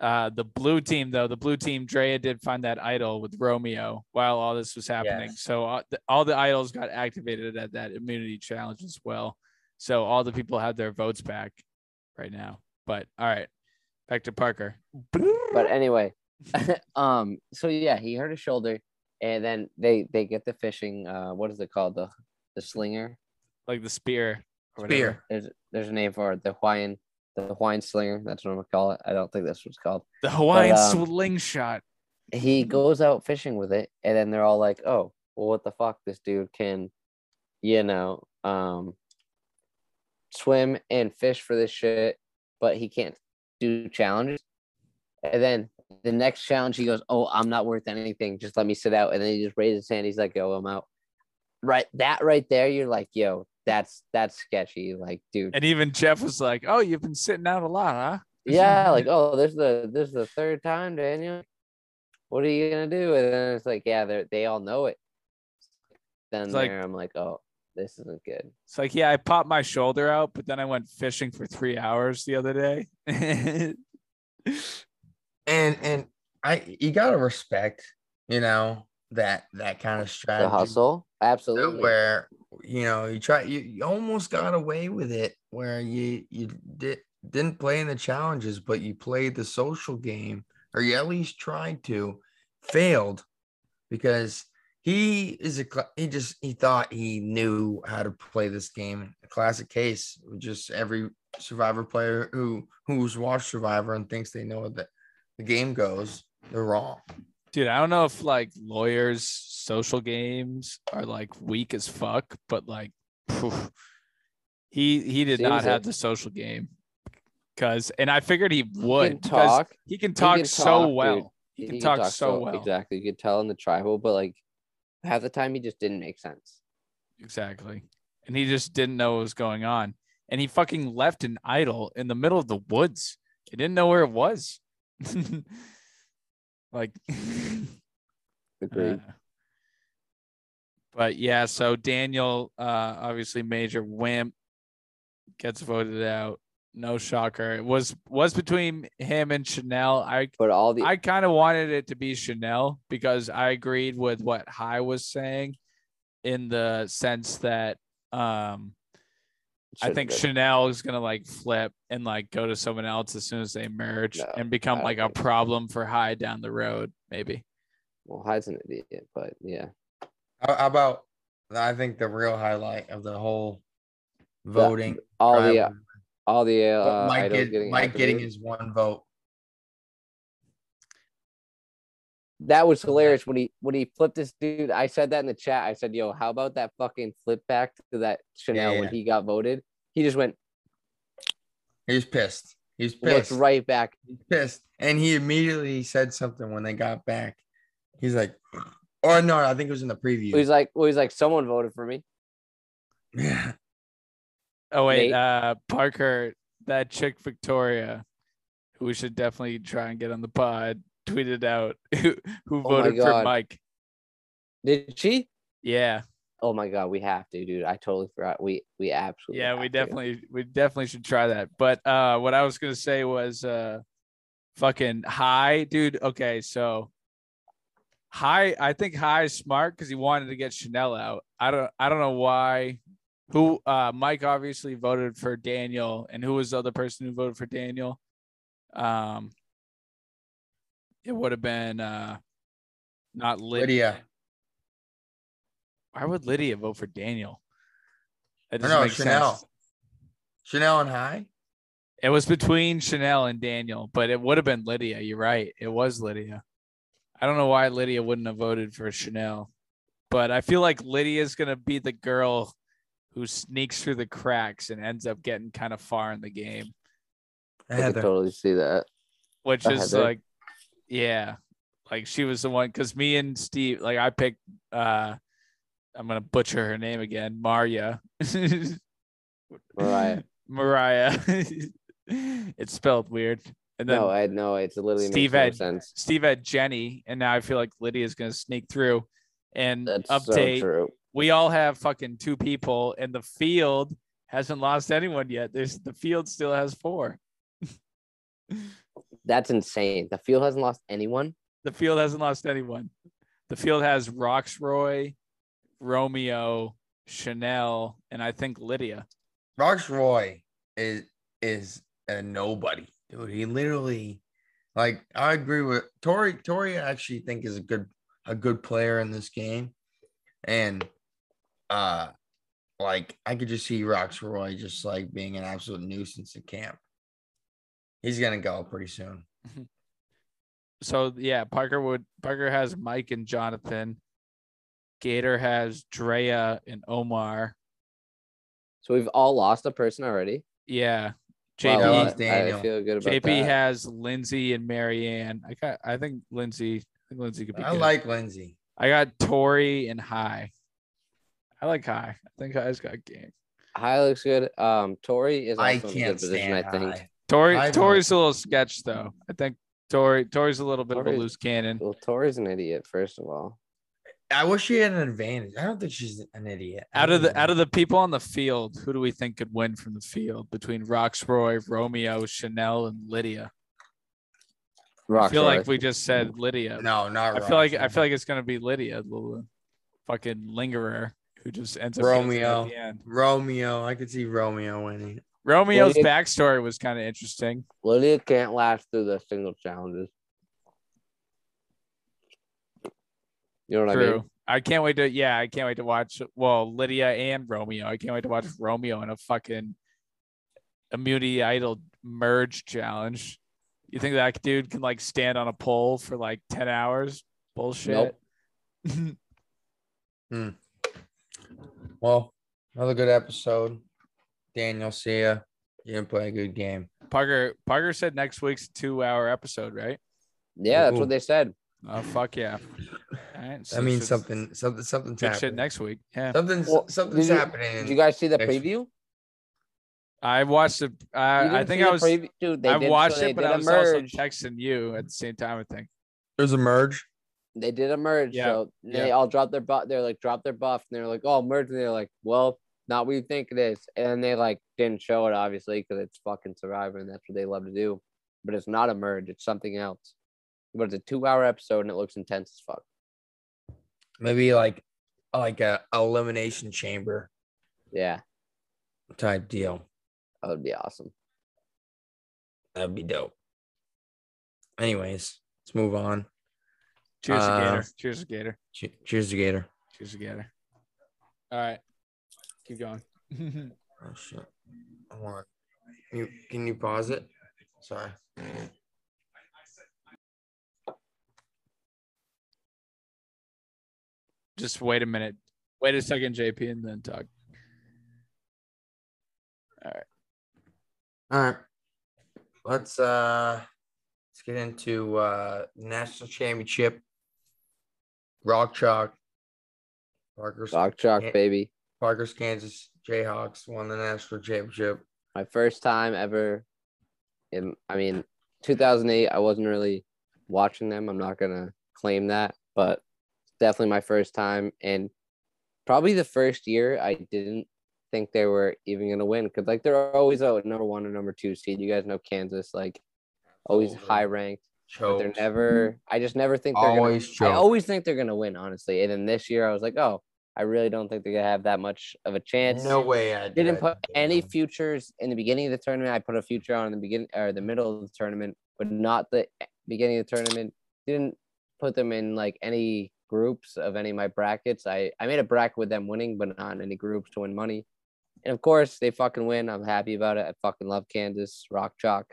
uh the blue team though the blue team drea did find that idol with romeo while all this was happening so uh, th- all the idols got activated at that immunity challenge as well so all the people had their votes back right now but all right back to parker
but anyway, um. So yeah, he hurt his shoulder, and then they they get the fishing. Uh, what is it called? The the slinger.
like the spear or whatever.
Spear.
There's there's a name for it. The Hawaiian the Hawaiian slinger. That's what I'm gonna call it. I don't think that's what it's called.
the hawaiian
um,
slingshot
he goes out fishing with it, and then they're all like, "Oh, well, what the fuck? This dude can, you know, um, swim and fish for this shit, but he can't do challenges." And then the next challenge, he goes, "Oh, I'm not worth anything. Just let me sit out." And then he just raises his hand. He's like, "Yo, I'm out." Right, that right there, you're like, "Yo, that's that's sketchy." Like, dude,
and even jeff was like oh you've been sitting out a lot huh
yeah, like oh, this is the this is the third time, Daniel. What are you gonna do? And then it's like, yeah, they they all know it. Then
It's like-
there, I'm like, oh, this isn't good.
It's like, yeah, I popped my shoulder out, but then I went fishing for three hours the other day.
And and I you gotta respect, you know, that that kind of strategy.
The hustle, absolutely.
Where you know you try you, you almost got away with it where you you did didn't play in the challenges, but you played the social game, or you at least tried to, failed because he is a cla- he just he thought he knew how to play this game. A classic case, just every survivor player who who's watched Survivor and thinks they know what the, the game goes, they're wrong.
Dude, I don't know if like lawyers' social games are like weak as fuck, but like phew, he he did not
Seems
have
it.
the social game. Cause and I figured he
He
would
can
'cause
talk.
he can talk
can
so
talk, dude.
well. He can talk, so well.
Exactly, you could tell in the tribal, but like half the time he just didn't make sense.
Exactly. And he just didn't know what was going on. And he fucking left an idol in the middle of the woods. He didn't know where it was. like
Agreed.
uh, but yeah, so Daniel, uh, obviously major wimp, gets voted out. No shocker. It was was between him and Chanel. I
but all the
I kind of wanted it to be Chanel because I agreed with what High was saying in the sense that um I
should've
think
been-
Chanel is gonna like flip and like go to someone else as soon as they merge
No,
and become
I
like
don't
a
think so.
problem for High down the road, maybe.
Well, Hyde's an idiot, but yeah.
How, how about I think the real highlight of the whole voting?
All the
rivalry,
all the uh,
Mike,
idols
get,
getting
Mike getting
activated.
his one vote.
That was hilarious when he when he flipped this dude. I said that in the chat. I said, "Yo, how about that fucking flip back to that Chanel when
yeah.
he got voted?" He just went
He was pissed. He was
looked
pissed.
right back.
pissed. And he immediately said something when they got back. He's like, or no, I think it was in the preview.
He's like, well, he's like, someone voted for me.
yeah.
Oh wait,
Nate?
uh, Parker, that chick Victoria, who we should definitely try and get on the pod, tweeted out who, who
Oh my
voted for
God.
Mike.
Did she?
Yeah,
Oh my god, we have to, dude. I totally forgot. We we absolutely
yeah, we
have to.
definitely we definitely should try that. But uh, what I was gonna say was uh, fucking high, dude. Okay, so high. I think high is smart because he wanted to get Chanel out. I don't I don't know why. Who uh, Mike obviously voted for Daniel, and who was the other person who voted for Daniel? Um, it would have been uh, not Lydia.
Lydia.
Why would Lydia vote for Daniel? That
Or
doesn't
no,
make sense.
Chanel. Chanel and High.
It was between Chanel and Daniel, but it would have been Lydia. You're right. It was Lydia. I don't know why Lydia wouldn't have voted for Chanel, but I feel like Lydia's going to be the girl who sneaks through the cracks and ends up getting kind of far in the game,
I
I
had
can
the-
totally see that.
which
I
is
had that.
like, yeah, like she was the one because me and Steve, like I picked, uh, I'm going to butcher her name again, Maria.
Mariah.
Mariah. it's spelled weird. And then
no, I had no. It's literally
Steve
makes no
had-
sense.
Steve had Jenny, and now I feel like Lydia's going to sneak through. And
That's
update:
so true.
we all have fucking two people, and the field hasn't lost anyone yet. There's the field still has four.
That's insane. The field hasn't lost anyone.
The field hasn't lost anyone. The field has Roxroy, Romeo, Chanel, and I think Lydia.
Roxroy is is a nobody, dude. He literally, like, I agree with Tori. Tori, I actually think is a good a good player in this game, and uh, like I could just see Roxroy just like being an absolute nuisance at camp. He's gonna go pretty soon.
So yeah, Parker would Parker has Mike and Jonathan. Gator has Drea and Omar.
So we've all lost a person already.
Yeah.
Wow,
JP
Lost
I- I
Daniel.
feel good about
JP
that.
has Lindsay and Marianne. I got. I think Lindsay. I think Lindsay could be.
I
good.
like Lindsay.
I got Tori and High. I like High. I think High's got game.
High looks good. Um, Tori is also
I
in a
can't
good position.
stand
I think.
high.
Tori.
High
Tori's a little sketch though. I think Tori. Tori's a little bit of
Tori-
a loose cannon.
Well, Tori's an idiot. First of all,
I wish she had an advantage. I don't think she's an idiot. I
Out of
think-
the out of the people on the field, who do we think could win from the field between Roxroy, Romeo, Chanel, and Lydia? I
Rock
feel
Tori.
like we just said Lydia.
no, not.
I feel like I
Roxroy.
feel like it's gonna be Lydia, the fucking lingerer who just ends up getting it
Romeo.
At the end.
Romeo. I could see Romeo winning.
Romeo's
Well, it-
backstory was kind of interesting.
Lydia can't last through the single challenges. You know what I mean?
True. I can't wait to yeah, I can't wait to watch well, Lydia and Romeo. I can't wait to watch Romeo in a fucking immunity idol merge challenge. You think that dude can like stand on a pole for like 10 hours? Bullshit.
Well, another good episode. Daniel, see ya. You didn't play a good game.
Parker Parker said next week's 2-hour episode, right?
Yeah, that's
Ooh.
what they said.
Oh fuck yeah. All right, so
That means
shit's-
something, something, something's
Good shit
happening.
next week. Yeah.
Something's
Well,
something's
did you-
happening.
Did you guys see the
Thanks.
preview?
I watched it.
You
I I
didn't
think
see
I
the
was
preview? Dude, they
I
did- so
watched
they
it, but
did
I
a
was
merge.
also texting you at the same time. I think.
There's a merge.
They did a merge,
Yeah,
so they
yeah.
all dropped their buff. They're like dropped their buff, and they're like, "Oh, merge," and they're like, "Well, not what you think it is." And then they like didn't show it obviously because it's fucking Survivor, and that's what they love to do. But it's not a merge; it's something else. But it's a two-hour episode, and it looks intense as fuck.
Maybe like like a elimination chamber
Yeah,
type deal.
that would be awesome.
That'd be dope. Anyways, let's move on.
Cheers to
Uh-huh.
Uh,
Gator. Cheers to Gator.
Che- Cheers to Gator.
Cheers to Gator. All right. Keep going.
Oh shit. I want. You can you pause it? Sorry.
Just wait a minute. Wait a second, JP, and then talk.
All right. Let's uh let's get into uh national championship. Rock chalk. Parker's
Rock chalk,
Yeah.
baby.
Parker's Kansas Jayhawks won the national championship.
My first time ever. In I mean, 2008. I wasn't really watching them. I'm not gonna claim that, but definitely my first time, and probably the first year I didn't think they were even gonna win because like they're always out at number one or number two seed. You guys know Kansas, like always
Always.
high ranked. but
Choked.
they're never. I just never think they're
always
Gonna, I
choked.
always think they're gonna win, honestly. And then this year, I was like, oh, I really don't think they're gonna have that much of a chance.
no way I
Didn't
did.
put any futures in the beginning of the tournament. I put a future on in the beginning or the middle of the tournament, but not the beginning of the tournament. Didn't put them in like any groups of any of my brackets. I, I made a bracket with them winning, but not in any groups to win money. And of course, they fucking win. I'm happy about it. I fucking love Kansas, rock chalk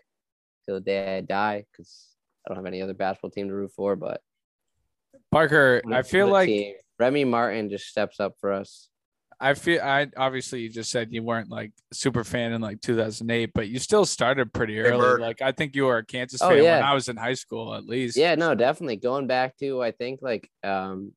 till the day I die because I don't have any other basketball team to root for. But
Parker,
what a-
I feel
what a
like
team. Remy Martin just steps up for us.
I feel I obviously you just said you weren't like super fan in like 2008, but you still started pretty early.
Bert.
Like I think you were a Kansas
Oh,
fan when
yeah.
I was in high school, at least.
Yeah, no, definitely. Going back to I think like um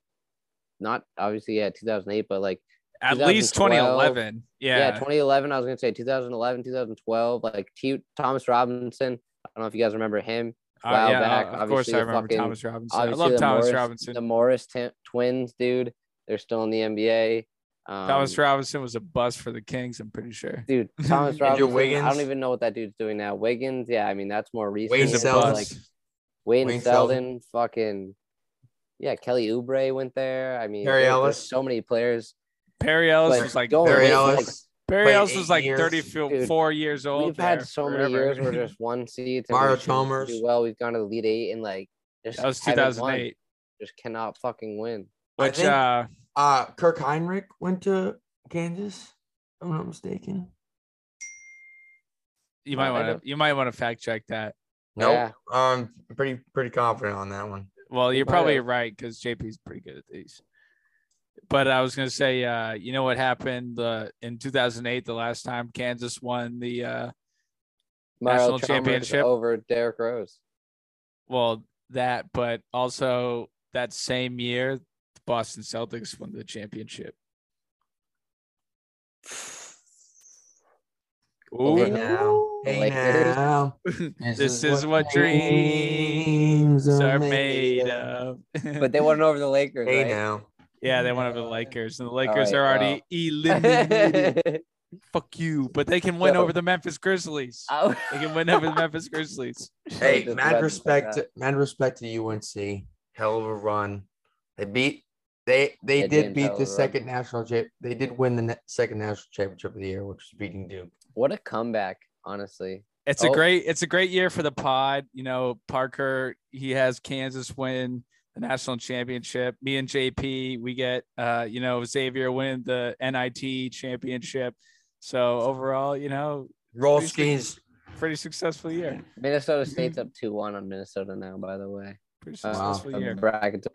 not obviously yeah, 2008, but like
At least
2012.
2011.
yeah,
Yeah.
2011, I was going to say 2011, 2012, like T- Thomas Robinson. I don't know if you guys remember him.
Uh,
Wow,
yeah,
back,
of course
obviously,
I
the
remember
fucking-
Thomas Robinson. I
Obviously,
love
the
Thomas
Morris,
Robinson.
The Morris t- twins, dude. They're still in the NBA. Um,
Thomas Robinson was a bust for the Kings, I'm pretty sure.
Dude, Thomas
Andrew
Robinson. I
Wiggins.
don't even know what that dude's doing now. Wiggins, yeah, I mean that's more recent.
Wayne
He's a
but,
Selden.
like,
bust.
Wayne,
Wayne
Selden, fucking yeah, Kelly Oubre went there. I mean,
Terry
there- there's
Ellis.
so many players.
Perry Ellis
Like,
was like
going
Barry
away from,
Ellis.
like,
Perry
played
Ellis
eight
was like
years.
34 years old.
We've had
there
so many
forever.
years where just one seed.
Mario Chalmers.
Do well, we've gone to the lead eight and like just
that was
haven't won.
2008.
Just cannot fucking win.
I
Which
think-
uh
Uh, Kirk Heinrich went to Kansas. If I'm not mistaken.
you might
I
want
know.
to you might want to fact check that.
No,
Yeah.
I'm pretty pretty confident on that one.
Well, you're
might
probably
have.
right because JP's pretty good at these. But I was gonna say, uh, you know what happened uh, in 2008? The last time Kansas won the uh, National
Mario Chalmers
championship.
over Derrick Rose.
well that, but also that same year, the Boston Celtics won the championship.
Over
Ooh,
the-
now, hey
Lakers.
now,
this is what dreams are made of.
But they won over the Lakers,
Hey
right?
now,
yeah, they won over the Lakers, and the Lakers
right,
are already eliminated.
I
Fuck you! But they can win
So-
over the Memphis Grizzlies.
was-
They can win over the Memphis Grizzlies.
hey,
just about
mad
to
respect,
say that.
mad respect to UNC. Hell of a run. They beat. They they
They
did
did,
beat
hell
the
of a run.
second national cha- They did win the na- second national championship of the year, which was beating Duke.
What a comeback, honestly.
It's
Oh.
a great it's a great year for the pod. You know, Parker, he has Kansas win the national championship. Me and JP, we get uh, you know, Xavier win the NIT championship. So overall, you know,
Rolskis.
pretty successful year.
Minnesota State's up two one on Minnesota now, by the way.
Pretty
Uh,
successful
of
year.
bracket-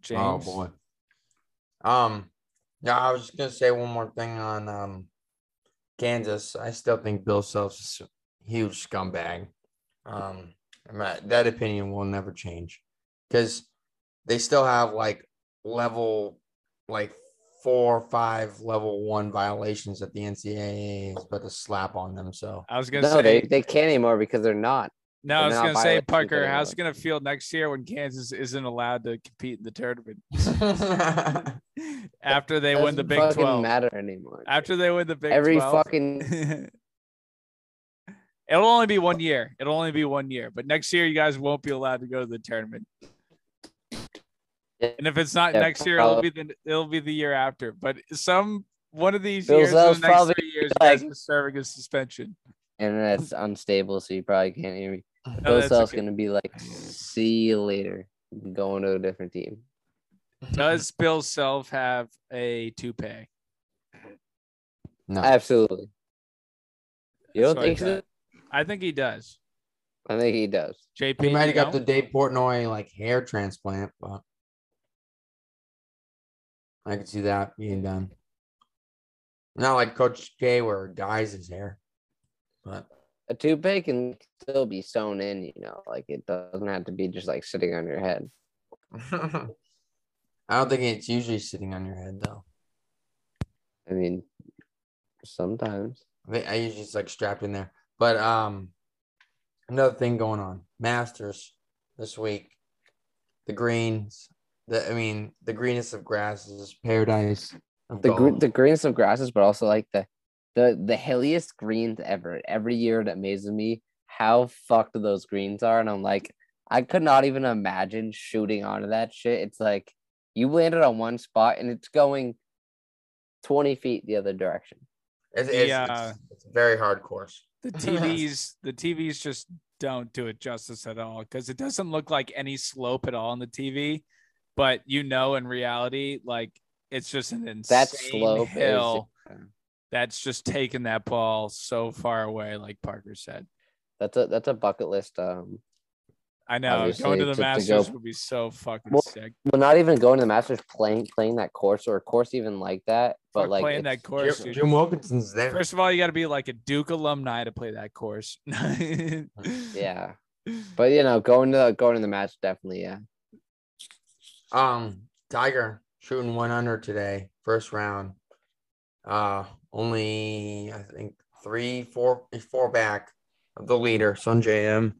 James.
Oh boy. Um, no, I was just gonna say one more thing on um Kansas. I still think Bill Self's is a huge scumbag. Um, I'm not- that opinion will never change because they still have like level like four or five level one violations that the NCAA is about to slap on them. So
I was gonna
No,
say
they, they can't anymore because they're not.
no, I
they're
was
not
gonna say,
violating
Parker,
anything.
how's it gonna feel next year when Kansas isn't allowed to compete in the tournament after they win the
Doesn't
Big
fucking
Twelve?
matter anymore.
After they win the Big
every
12,
fucking
It'll only be one year. It'll only be one year. But next year, you guys won't be allowed to go to the tournament. And if it's not
Yeah,
next year, it'll be the it'll be the year after. But some one of these
Bill
years, in
Zell's
the next
probably
three years, you
like-
guys are serving a suspension.
internet's unstable, so you probably can't hear me. Bill
Oh, that's
Self's
okay.
gonna be like, "See you later." Going to a different team.
Does Bill Self have a toupee?
No.
Absolutely. You don't
That's what I
think so?
thought. I think he does.
I think he does.
JP,
He might
you
have got the
don't?
Dave Portnoy like hair transplant, but I could see that being done.
Not like Coach K where it dyes his hair. But
A toupee can still be sewn in. You know, like it doesn't have to be just like sitting on your head.
I don't think it's usually sitting on your head though.
I mean, sometimes.
I think- I usually it's like strapped in there. But um another thing going on. Masters this week. The greens. The I mean the greenness of grass is just paradise. of
the gr-
golf.
the greens of grasses, but also like the the the hilliest greens ever. Every year it amazes me how fucked those greens are, and I'm like, I could not even imagine shooting onto that shit. It's like you landed on one spot and it's going twenty feet the other direction.
It's, it's,
Yeah.
it's, it's a very hard course.
the TVs, the TVs just don't do it justice at all because it doesn't look like any slope at all on the TV. But you know, in reality, like it's just an insane
That slope is-
hill that's just taking that ball so far away, like Parker said.
That's a that's a bucket list. Um,
I know
Obviously,
going to the
to- to go-
Masters would be so fucking
Well,
sick.
well, not even going to the Masters, playing playing that course or a course even like that, but
Fuck
like
playing
it's-
that course.
Jim,
dude.
Jim Wilkinson's there.
First of all, you got to be like a Duke alumni to play that course.
Yeah, but you know, going to going to the match definitely. Yeah,
Um, Tiger shooting one under today, first round. Uh, only I think three, four, four back of the leader, Sun JM.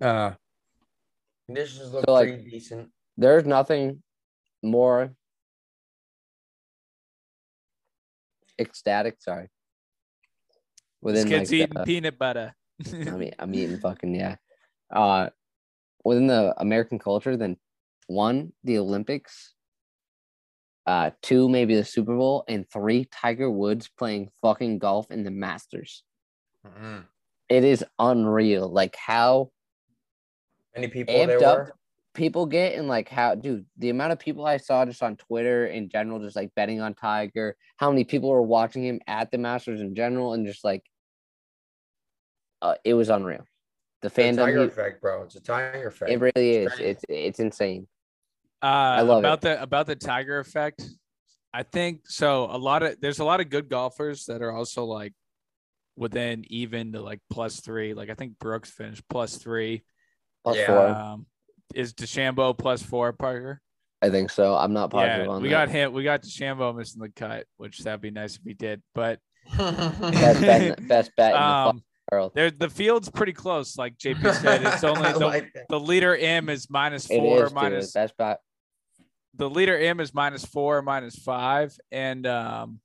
Uh, conditions look
So, like-
pretty decent.
there's nothing more ecstatic. Sorry.
this
Within like
kid's eating
the,
peanut butter.
I mean, I'm eating fucking yeah. Uh, within the American culture, then one the Olympics, uh, two maybe the Super Bowl, and three Tiger Woods playing fucking golf in the Masters.
mm-hmm.
Mhm.
It is unreal, like how
Many people there
amped up
were.
people get and like how dude the amount of people i saw just on twitter in general just like betting on tiger how many people were watching him at the masters in general and just like uh, it was unreal the
It's a
fandom
tiger
he-
effect, bro. It's a tiger effect.
it really is
crazy.
it's it's insane
Uh,
love it.
about the about the Tiger effect. I think so. A lot of there's a lot of good golfers that are also like within even to like plus three. Like I think Brooks finished plus three.
Plus
Yeah.
four
Um, is DeChambeau plus four? Parker.
i think so i'm not positive
Yeah,
on
we
that
got him. We got DeChambeau missing the cut, which that'd be nice if he did. But
best bet in the- best bet in the fucking
um,
world
there the field's pretty close. Like JP said, it's only
I
the,
like that.
the leader M is minus
it
four,
is
minus
dude. best bet
the leader M is minus four, minus five, and um,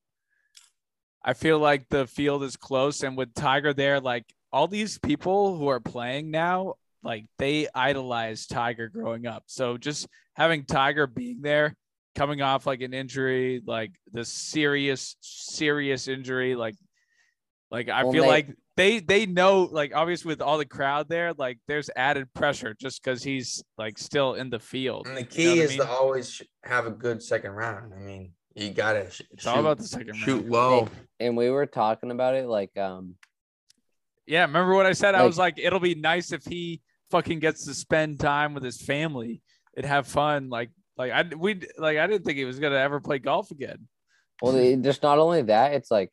I feel like the field is close. And with Tiger there, like all these people who are playing now, like they idolized Tiger growing up. So just having Tiger being there, coming off like an injury, like the serious, serious injury, like, like I
Well,
feel
mate-
like they they know like obviously with all the crowd there, like there's added pressure just because he's like still in the field.
And the
know
key
what I
is
mean?
to always sh- have a good second round. I mean, you gotta sh-
It's all about the second
shoot
round.
low.
and we were talking about it like um
Yeah, remember what I said? I
Like-
was like, it'll be nice if he fucking gets to spend time with his family and have fun. Like, like I we like I didn't think he was gonna ever play golf again.
Well, it-
Mm-hmm.
just not only that, it's like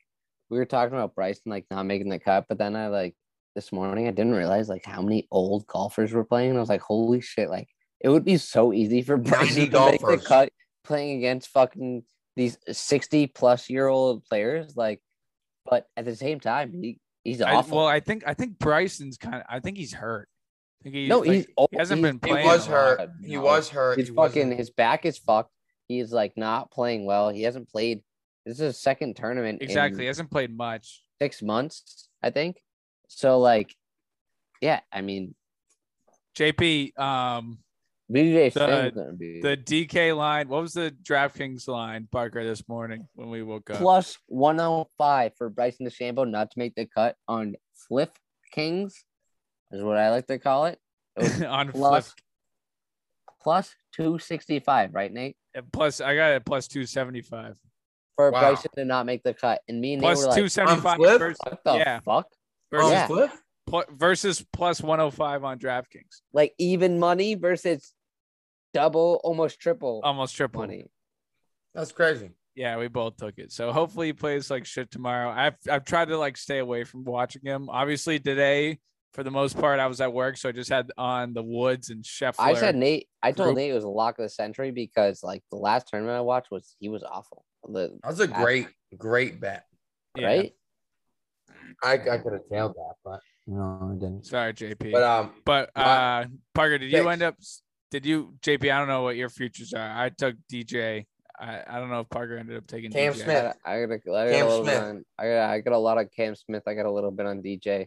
we were talking about Bryson like not making the cut, but then I like this morning I didn't realize like how many old golfers were playing, and I was like, holy shit! Like it would be so easy for Bryson to make
golfers.
the cut playing against fucking these sixty plus year old players. Like, but at the same time, he, he's
I,
awful.
well, I think I think Bryson's kind of I think he's hurt. I think he's,
no,
like,
he's old.
he hasn't
he's-
been
He
playing
was
a lot.
hurt. He
No.
was hurt.
He's
He wasn't-
fucking. His back is fucked. He's like not playing well. He hasn't played. This is his second tournament. in-
Exactly, he hasn't played much.
six months, I think. So like, yeah, I mean,
JP, um,
BJ
The-
Finn's gonna be
the DK line. What was the DraftKings line, Parker, this morning when we woke up?
plus one oh hundred five for Bryson DeChambeau not to make the cut on Flip Kings. is what I like to call it. It was
on flip.
plus plus two sixty five, right, Nate?
Plus, I got it plus two seventy five.
For
Wow.
Bryson to not make the cut, and me and
Plus
Nate were
two
like,
seventy five
on Flip?
versus,
"What the
yeah.
fuck?"
versus,
Yeah.
Flip?
pl- versus plus one hundred five on DraftKings,
Like even money versus double, almost triple
almost triple.
money.
That's crazy.
Yeah, we both took it. So hopefully he plays like shit tomorrow. I've I've tried to like stay away from watching him. Obviously today, for the most part, I was at work, so I just had on the Woods and Scheffler.
I said Nate. I told
Group.
Nate it was a lock of the century because like the last tournament I watched was he was awful. The-
That's a great, great bet.
Yeah.
Right?
I, I could have tailed that, but no, I didn't.
Sorry, JP.
But um,
But uh
My-
Parker, did you
Six.
end up did you JP, I don't know what your futures are. I took DJ. I, I don't know if Parker ended up taking
Cam
DJ.
I
Smith.
got, I got, a, I got
Cam
a little bit
Smith.
on, I got, I got a lot of Cam Smith. I got a little bit on DJ.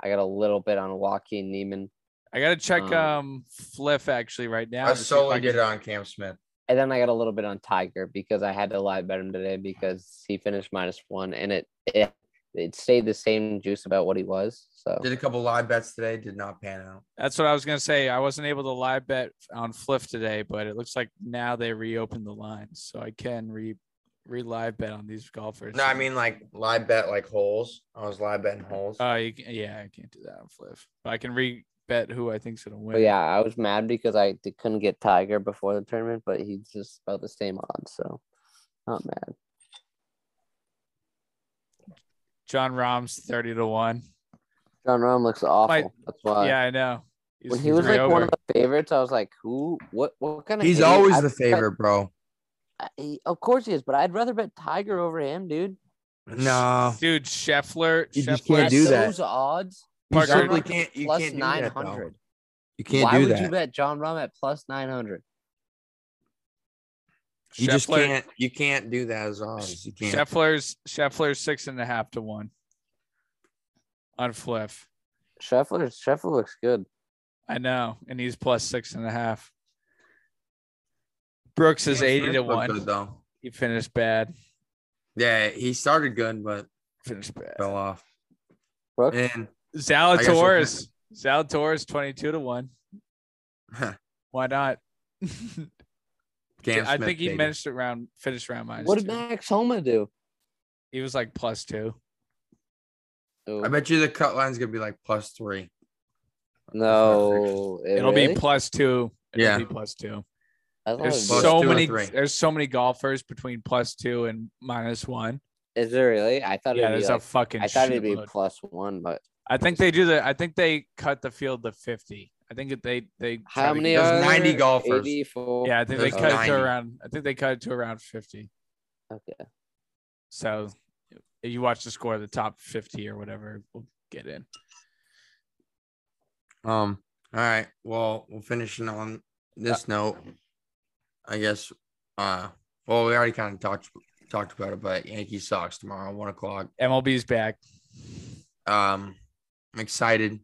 I got a little bit on Joaquin Neiman.
I gotta check
Um,
um Fliff actually right now.
I
to see if I
solely
can-
did it on Cam Smith.
And then I got a little bit on Tiger because I had to lie bet him today because he finished minus one and it it, it stayed the same juice about what he was. So
Did a couple live bets today. Did not pan out.
That's what I was gonna say. I wasn't able to live bet on Fliff today, but it looks like now they reopened the lines, so I can re re live bet on these golfers.
No, I mean like live bet like holes. I was live betting holes.
oh, you can, yeah, I can't do that on Fliff, but I can re bet who I think's gonna win.
but yeah, I was mad because I d- couldn't get Tiger before the tournament, but he's just about the same odds, so not mad.
John Rahm's thirty to one.
John Rahm looks awful. That's why.
yeah, I know. He's
when he was
three
like one
over.
of the favorites, I was like, "Who? What? What kind of?"
He's
idiot?
always
I'd
the
bet-
favorite, bro.
I- he- of course he is, but I'd rather bet Tiger over him, dude.
No,
Dude, Scheffler.
You just
Scheffler-
can't
At
do that.
Those odds.
you
Parker-
simply can't. You
plus
can't do
nine
that, though.
hundred.
You can't
Why
do
would
that.
you bet John Rum at plus nine hundred?
You just
Scheffler-
can't. You can't do that as odds. You can't.
Scheffler's Scheffler's six and a half to one on Fliff.
Scheffler, Scheffler looks good.
I know, and he's plus six and a half. Brooks is eighty to
Looked good,
one.
though.
He finished bad.
Yeah, he started good, but
Finished bad.
fell off.
Brooks?
And
Zalatoris. Zalatoris twenty two to one.
Huh.
Why not?
Cam
I
Smith,
think he
baby.
managed it round finished round minus.
What did
two.
Max Homa do?
He was like plus two.
Ooh,
I bet you the cut line's gonna be like plus three.
no, it
It'll
really?
be plus two. It'll
Yeah.
be plus two.
I thought it
There's
was-
Plus
so
two or
many
three.
there's so many golfers between plus two and minus one.
Is there really? I thought
Yeah,
it'd
there's
be.
a
Like,
fucking
I thought it'd be
shitload.
plus one, but
I think they do the I think they cut the field to fifty. I think that they they try
how
to
many
get-
there's
are
90
there?
golfers.
84.
Yeah, I think they
There's
cut it
90.
to around I think they cut it to around fifty.
Okay.
So if you watch the score, the top fifty or whatever will get in.
Um. All right. Well, we'll finish it on this note. I guess. Uh. Well, we already kind of talked talked about it, but Yankees Sox tomorrow, one o'clock.
MLB's back.
Um. I'm excited.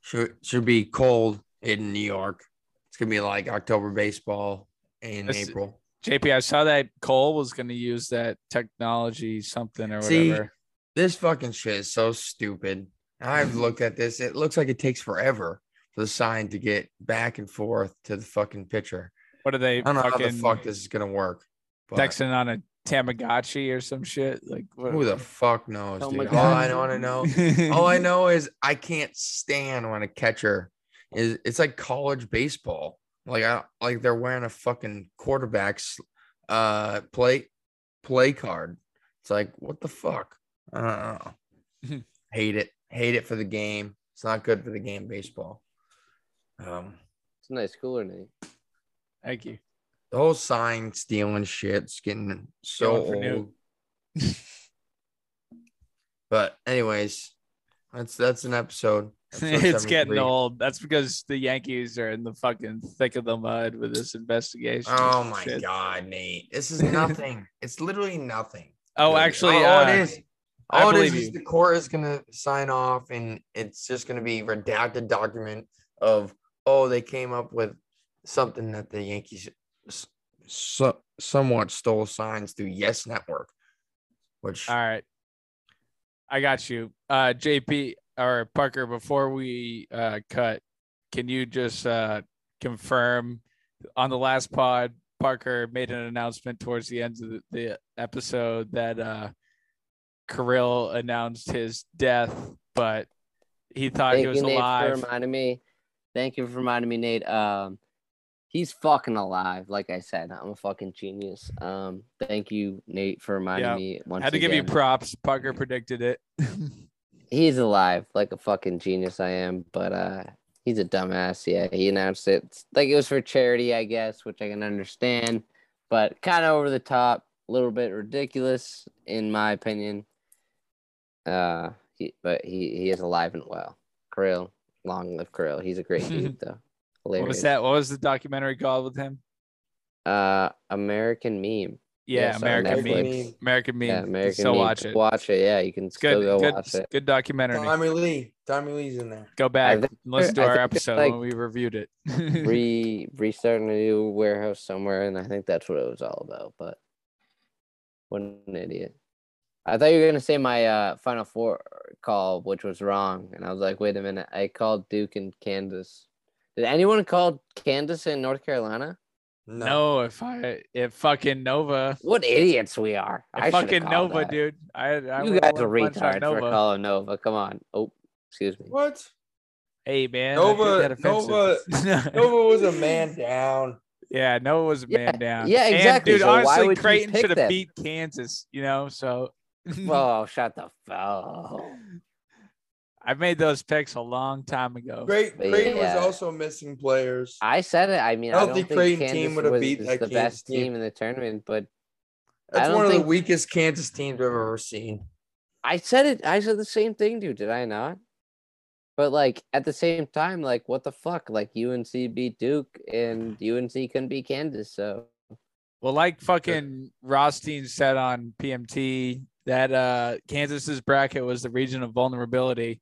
Should should be cold in New York. It's gonna be like October baseball in
This-
April.
JP, I saw that Cole was gonna use that technology something or
See,
whatever.
This fucking shit is so stupid. I've looked at this. It looks like it takes forever for the sign to get back and forth to the fucking pitcher.
What are they
I don't know how the
fucking-
fuck this is gonna work. but-
texting on a Tamagotchi or some shit. Like what?
Who the fuck knows,
Oh my
dude? All
God.
I want to know, all I know is I can't stand when a catcher is. It's like college baseball. Like I like they're wearing a fucking quarterback's uh play play card. It's like what the fuck? I don't know. Hate it. Hate it for the game. It's not good for the game baseball. Um,
It's a nice cooler name.
Thank you.
the whole sign stealing shit's getting so
Going for new.
old. but anyways, that's that's an episode. Episode
it's getting
73.
old. That's because the Yankees are in the fucking thick of the mud with this investigation.
Oh
and
my
shit.
god, Nate! This is nothing. it's literally nothing.
Oh,
Really.
actually,
all, all
uh,
it is,
I
all it is,
believe
is
you.
the court is gonna sign off, and it's just gonna be redacted document of oh they came up with something that the Yankees s- so, somewhat stole signs through Yes Network, which
All right. I got you. Uh JP, or Parker, before we uh, cut, can you just uh, confirm on the last pod, Parker made an announcement towards the end of the, the episode that uh, Kirill announced his death, but he thought he
Thank
was
you, Nate,
alive.
for reminding me. Thank you for reminding me, Nate. Um, he's fucking alive. Like I said, I'm a fucking genius. Um, thank you, Nate, for reminding
Yeah.
me once
Had to give you
again.
props. Parker predicted it.
he's alive, like a fucking genius I am. But uh, he's a dumbass. Yeah, he announced it It's- like it was for charity, I guess, which I can understand, but kind of over the top, a little bit ridiculous in my opinion. Uh, he, but he he is alive and well. Krill, long live Krill. He's a great dude though. Hilarious.
what was that? What was the documentary called with him?
Uh, American meme.
Yeah,
Yes, on
American
Netflix.
Meme. American Meme.
Yeah, American
Still
meme.
watch
Just
it.
Watch it. Yeah, you can
It's
still
good.
go
good,
watch it.
good documentary.
Tommy Lee. Tommy Lee's in there.
Go back
think-
and listen to
I
our
think it's
episode
like-
when we reviewed it.
re restarting a new warehouse somewhere, and I think that's what it was all about. But what an idiot! I thought you were gonna say my uh, final four call, which was wrong, and I was like, wait a minute, I called Duke and Candace. Did anyone call Candace in North Carolina?
no, if I if fucking Nova,
What idiots we are!
if
I should've
fucking
called
Nova,
that.
dude. I, I
You
would've
guys are
went punch on
retards for calling Nova. Come on. Oh, excuse me.
What?
Hey man,
Nova-
I think that offensive.
Nova was a man down.
yeah, Nova was a man down.
yeah, exactly.
And, dude,
So why
honestly,
would you
Creighton
pick
should have
them?
beat Kansas. You know, so
Whoa, shut the fuck.
I made those picks a long time ago.
Great.
But
Creighton
yeah.
was also missing players.
I said it. I mean,
I
I
don't
don't,
think
think
Creighton
Kansas
team
would
would have
have
beat
is
that
the
Kansas
best
team.
team. in the tournament, but I
That's
don't
one of
think-
the weakest Kansas teams I've ever seen.
I said it. I said the same thing, dude. Did I not? But like at the same time, like what the fuck? Like UNC beat Duke, and UNC couldn't beat Kansas. So
Well, like fucking Rothstein said on PMT, that uh Kansas's bracket was the region of vulnerability.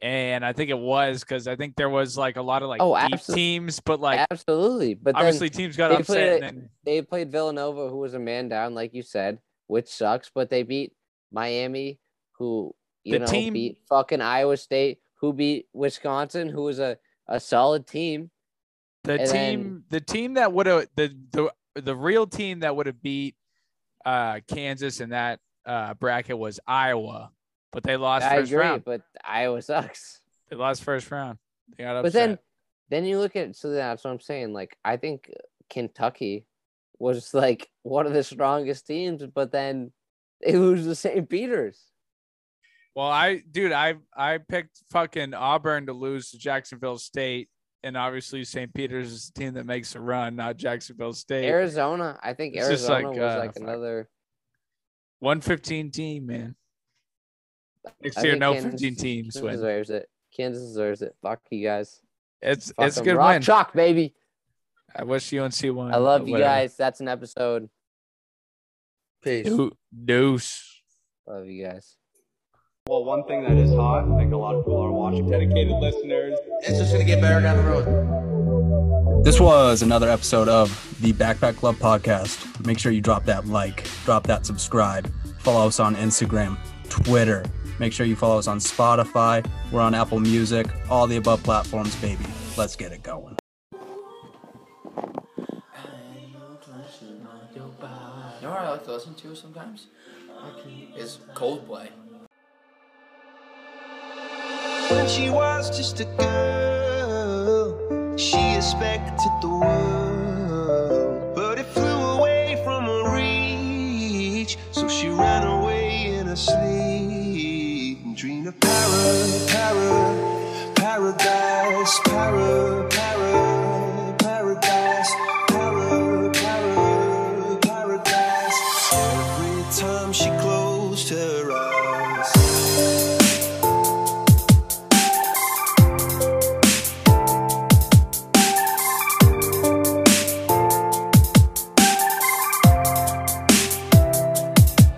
And I think it was because I think there was like a lot of like
Oh,
deep
absolute-
teams, but like
absolutely, but then
obviously teams got
they
upset.
played-
and then,
they played Villanova, who was a man down, like you said, which sucks. But they beat Miami, who you
The
know
team-
beat fucking Iowa State, who beat Wisconsin, who was a a solid team.
the
and then-
team, the team that would have the the the real team that would have beat uh Kansas in that uh bracket was Iowa, but they lost
I
first
agree,
round.
but Iowa sucks.
They lost first round. They got upset.
but then then you look at so that's what I'm saying. Like I think Kentucky was like one of the strongest teams, but then they lose the St. Peters.
Well, I dude, I I picked fucking Auburn to lose to Jacksonville State, and obviously St. Peter's is the team that makes a run, not Jacksonville State.
Arizona, I think
It's just
Arizona was
like, uh,
like
fuck.
another.
One fifteen team, man. Next
I
year,
think
no
Kansas-
fifteen teams
Kansas
win.
deserves it. Kansas deserves it. Fuck you guys.
It's
Fuck
it's a
them.
good
Rock
win.
chalk, baby.
I wish UNC won.
I love
but
you
whatever.
guys. That's an episode.
Peace.
Deu- Deuce.
Love you guys.
Well, one thing that is hot, I think a lot of people are watching, dedicated listeners,
It's just gonna get better down the road.
This was another episode of the Backpack Club podcast. Make sure you drop that like, drop that subscribe, follow us on Instagram, Twitter. Make sure you follow us on Spotify. We're on Apple Music, all the above platforms, baby. Let's get it going.
You know what I like to listen to sometimes? Is Coldplay.
When she was just a girl, she expected the world. But it flew away from her reach, so she ran away in her sleep. and Dreamed of para, para, paradise, para, para, paradise, para, para, paradise. Every time she closed her eyes.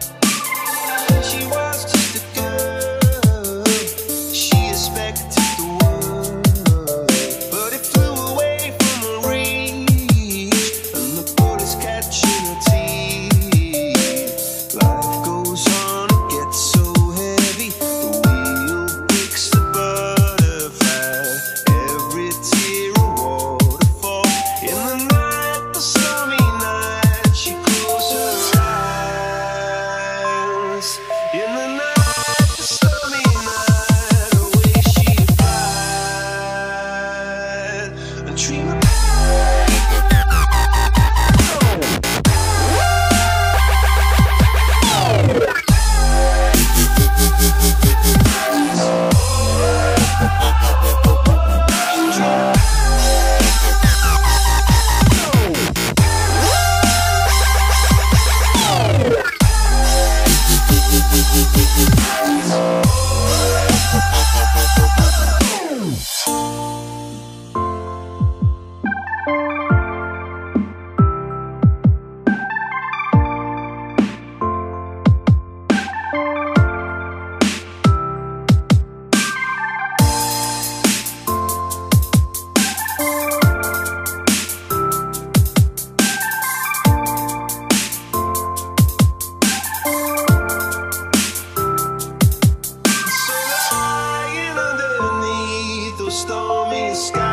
She was just a girl. She expected the world, but it flew away stormy sky. "Oh,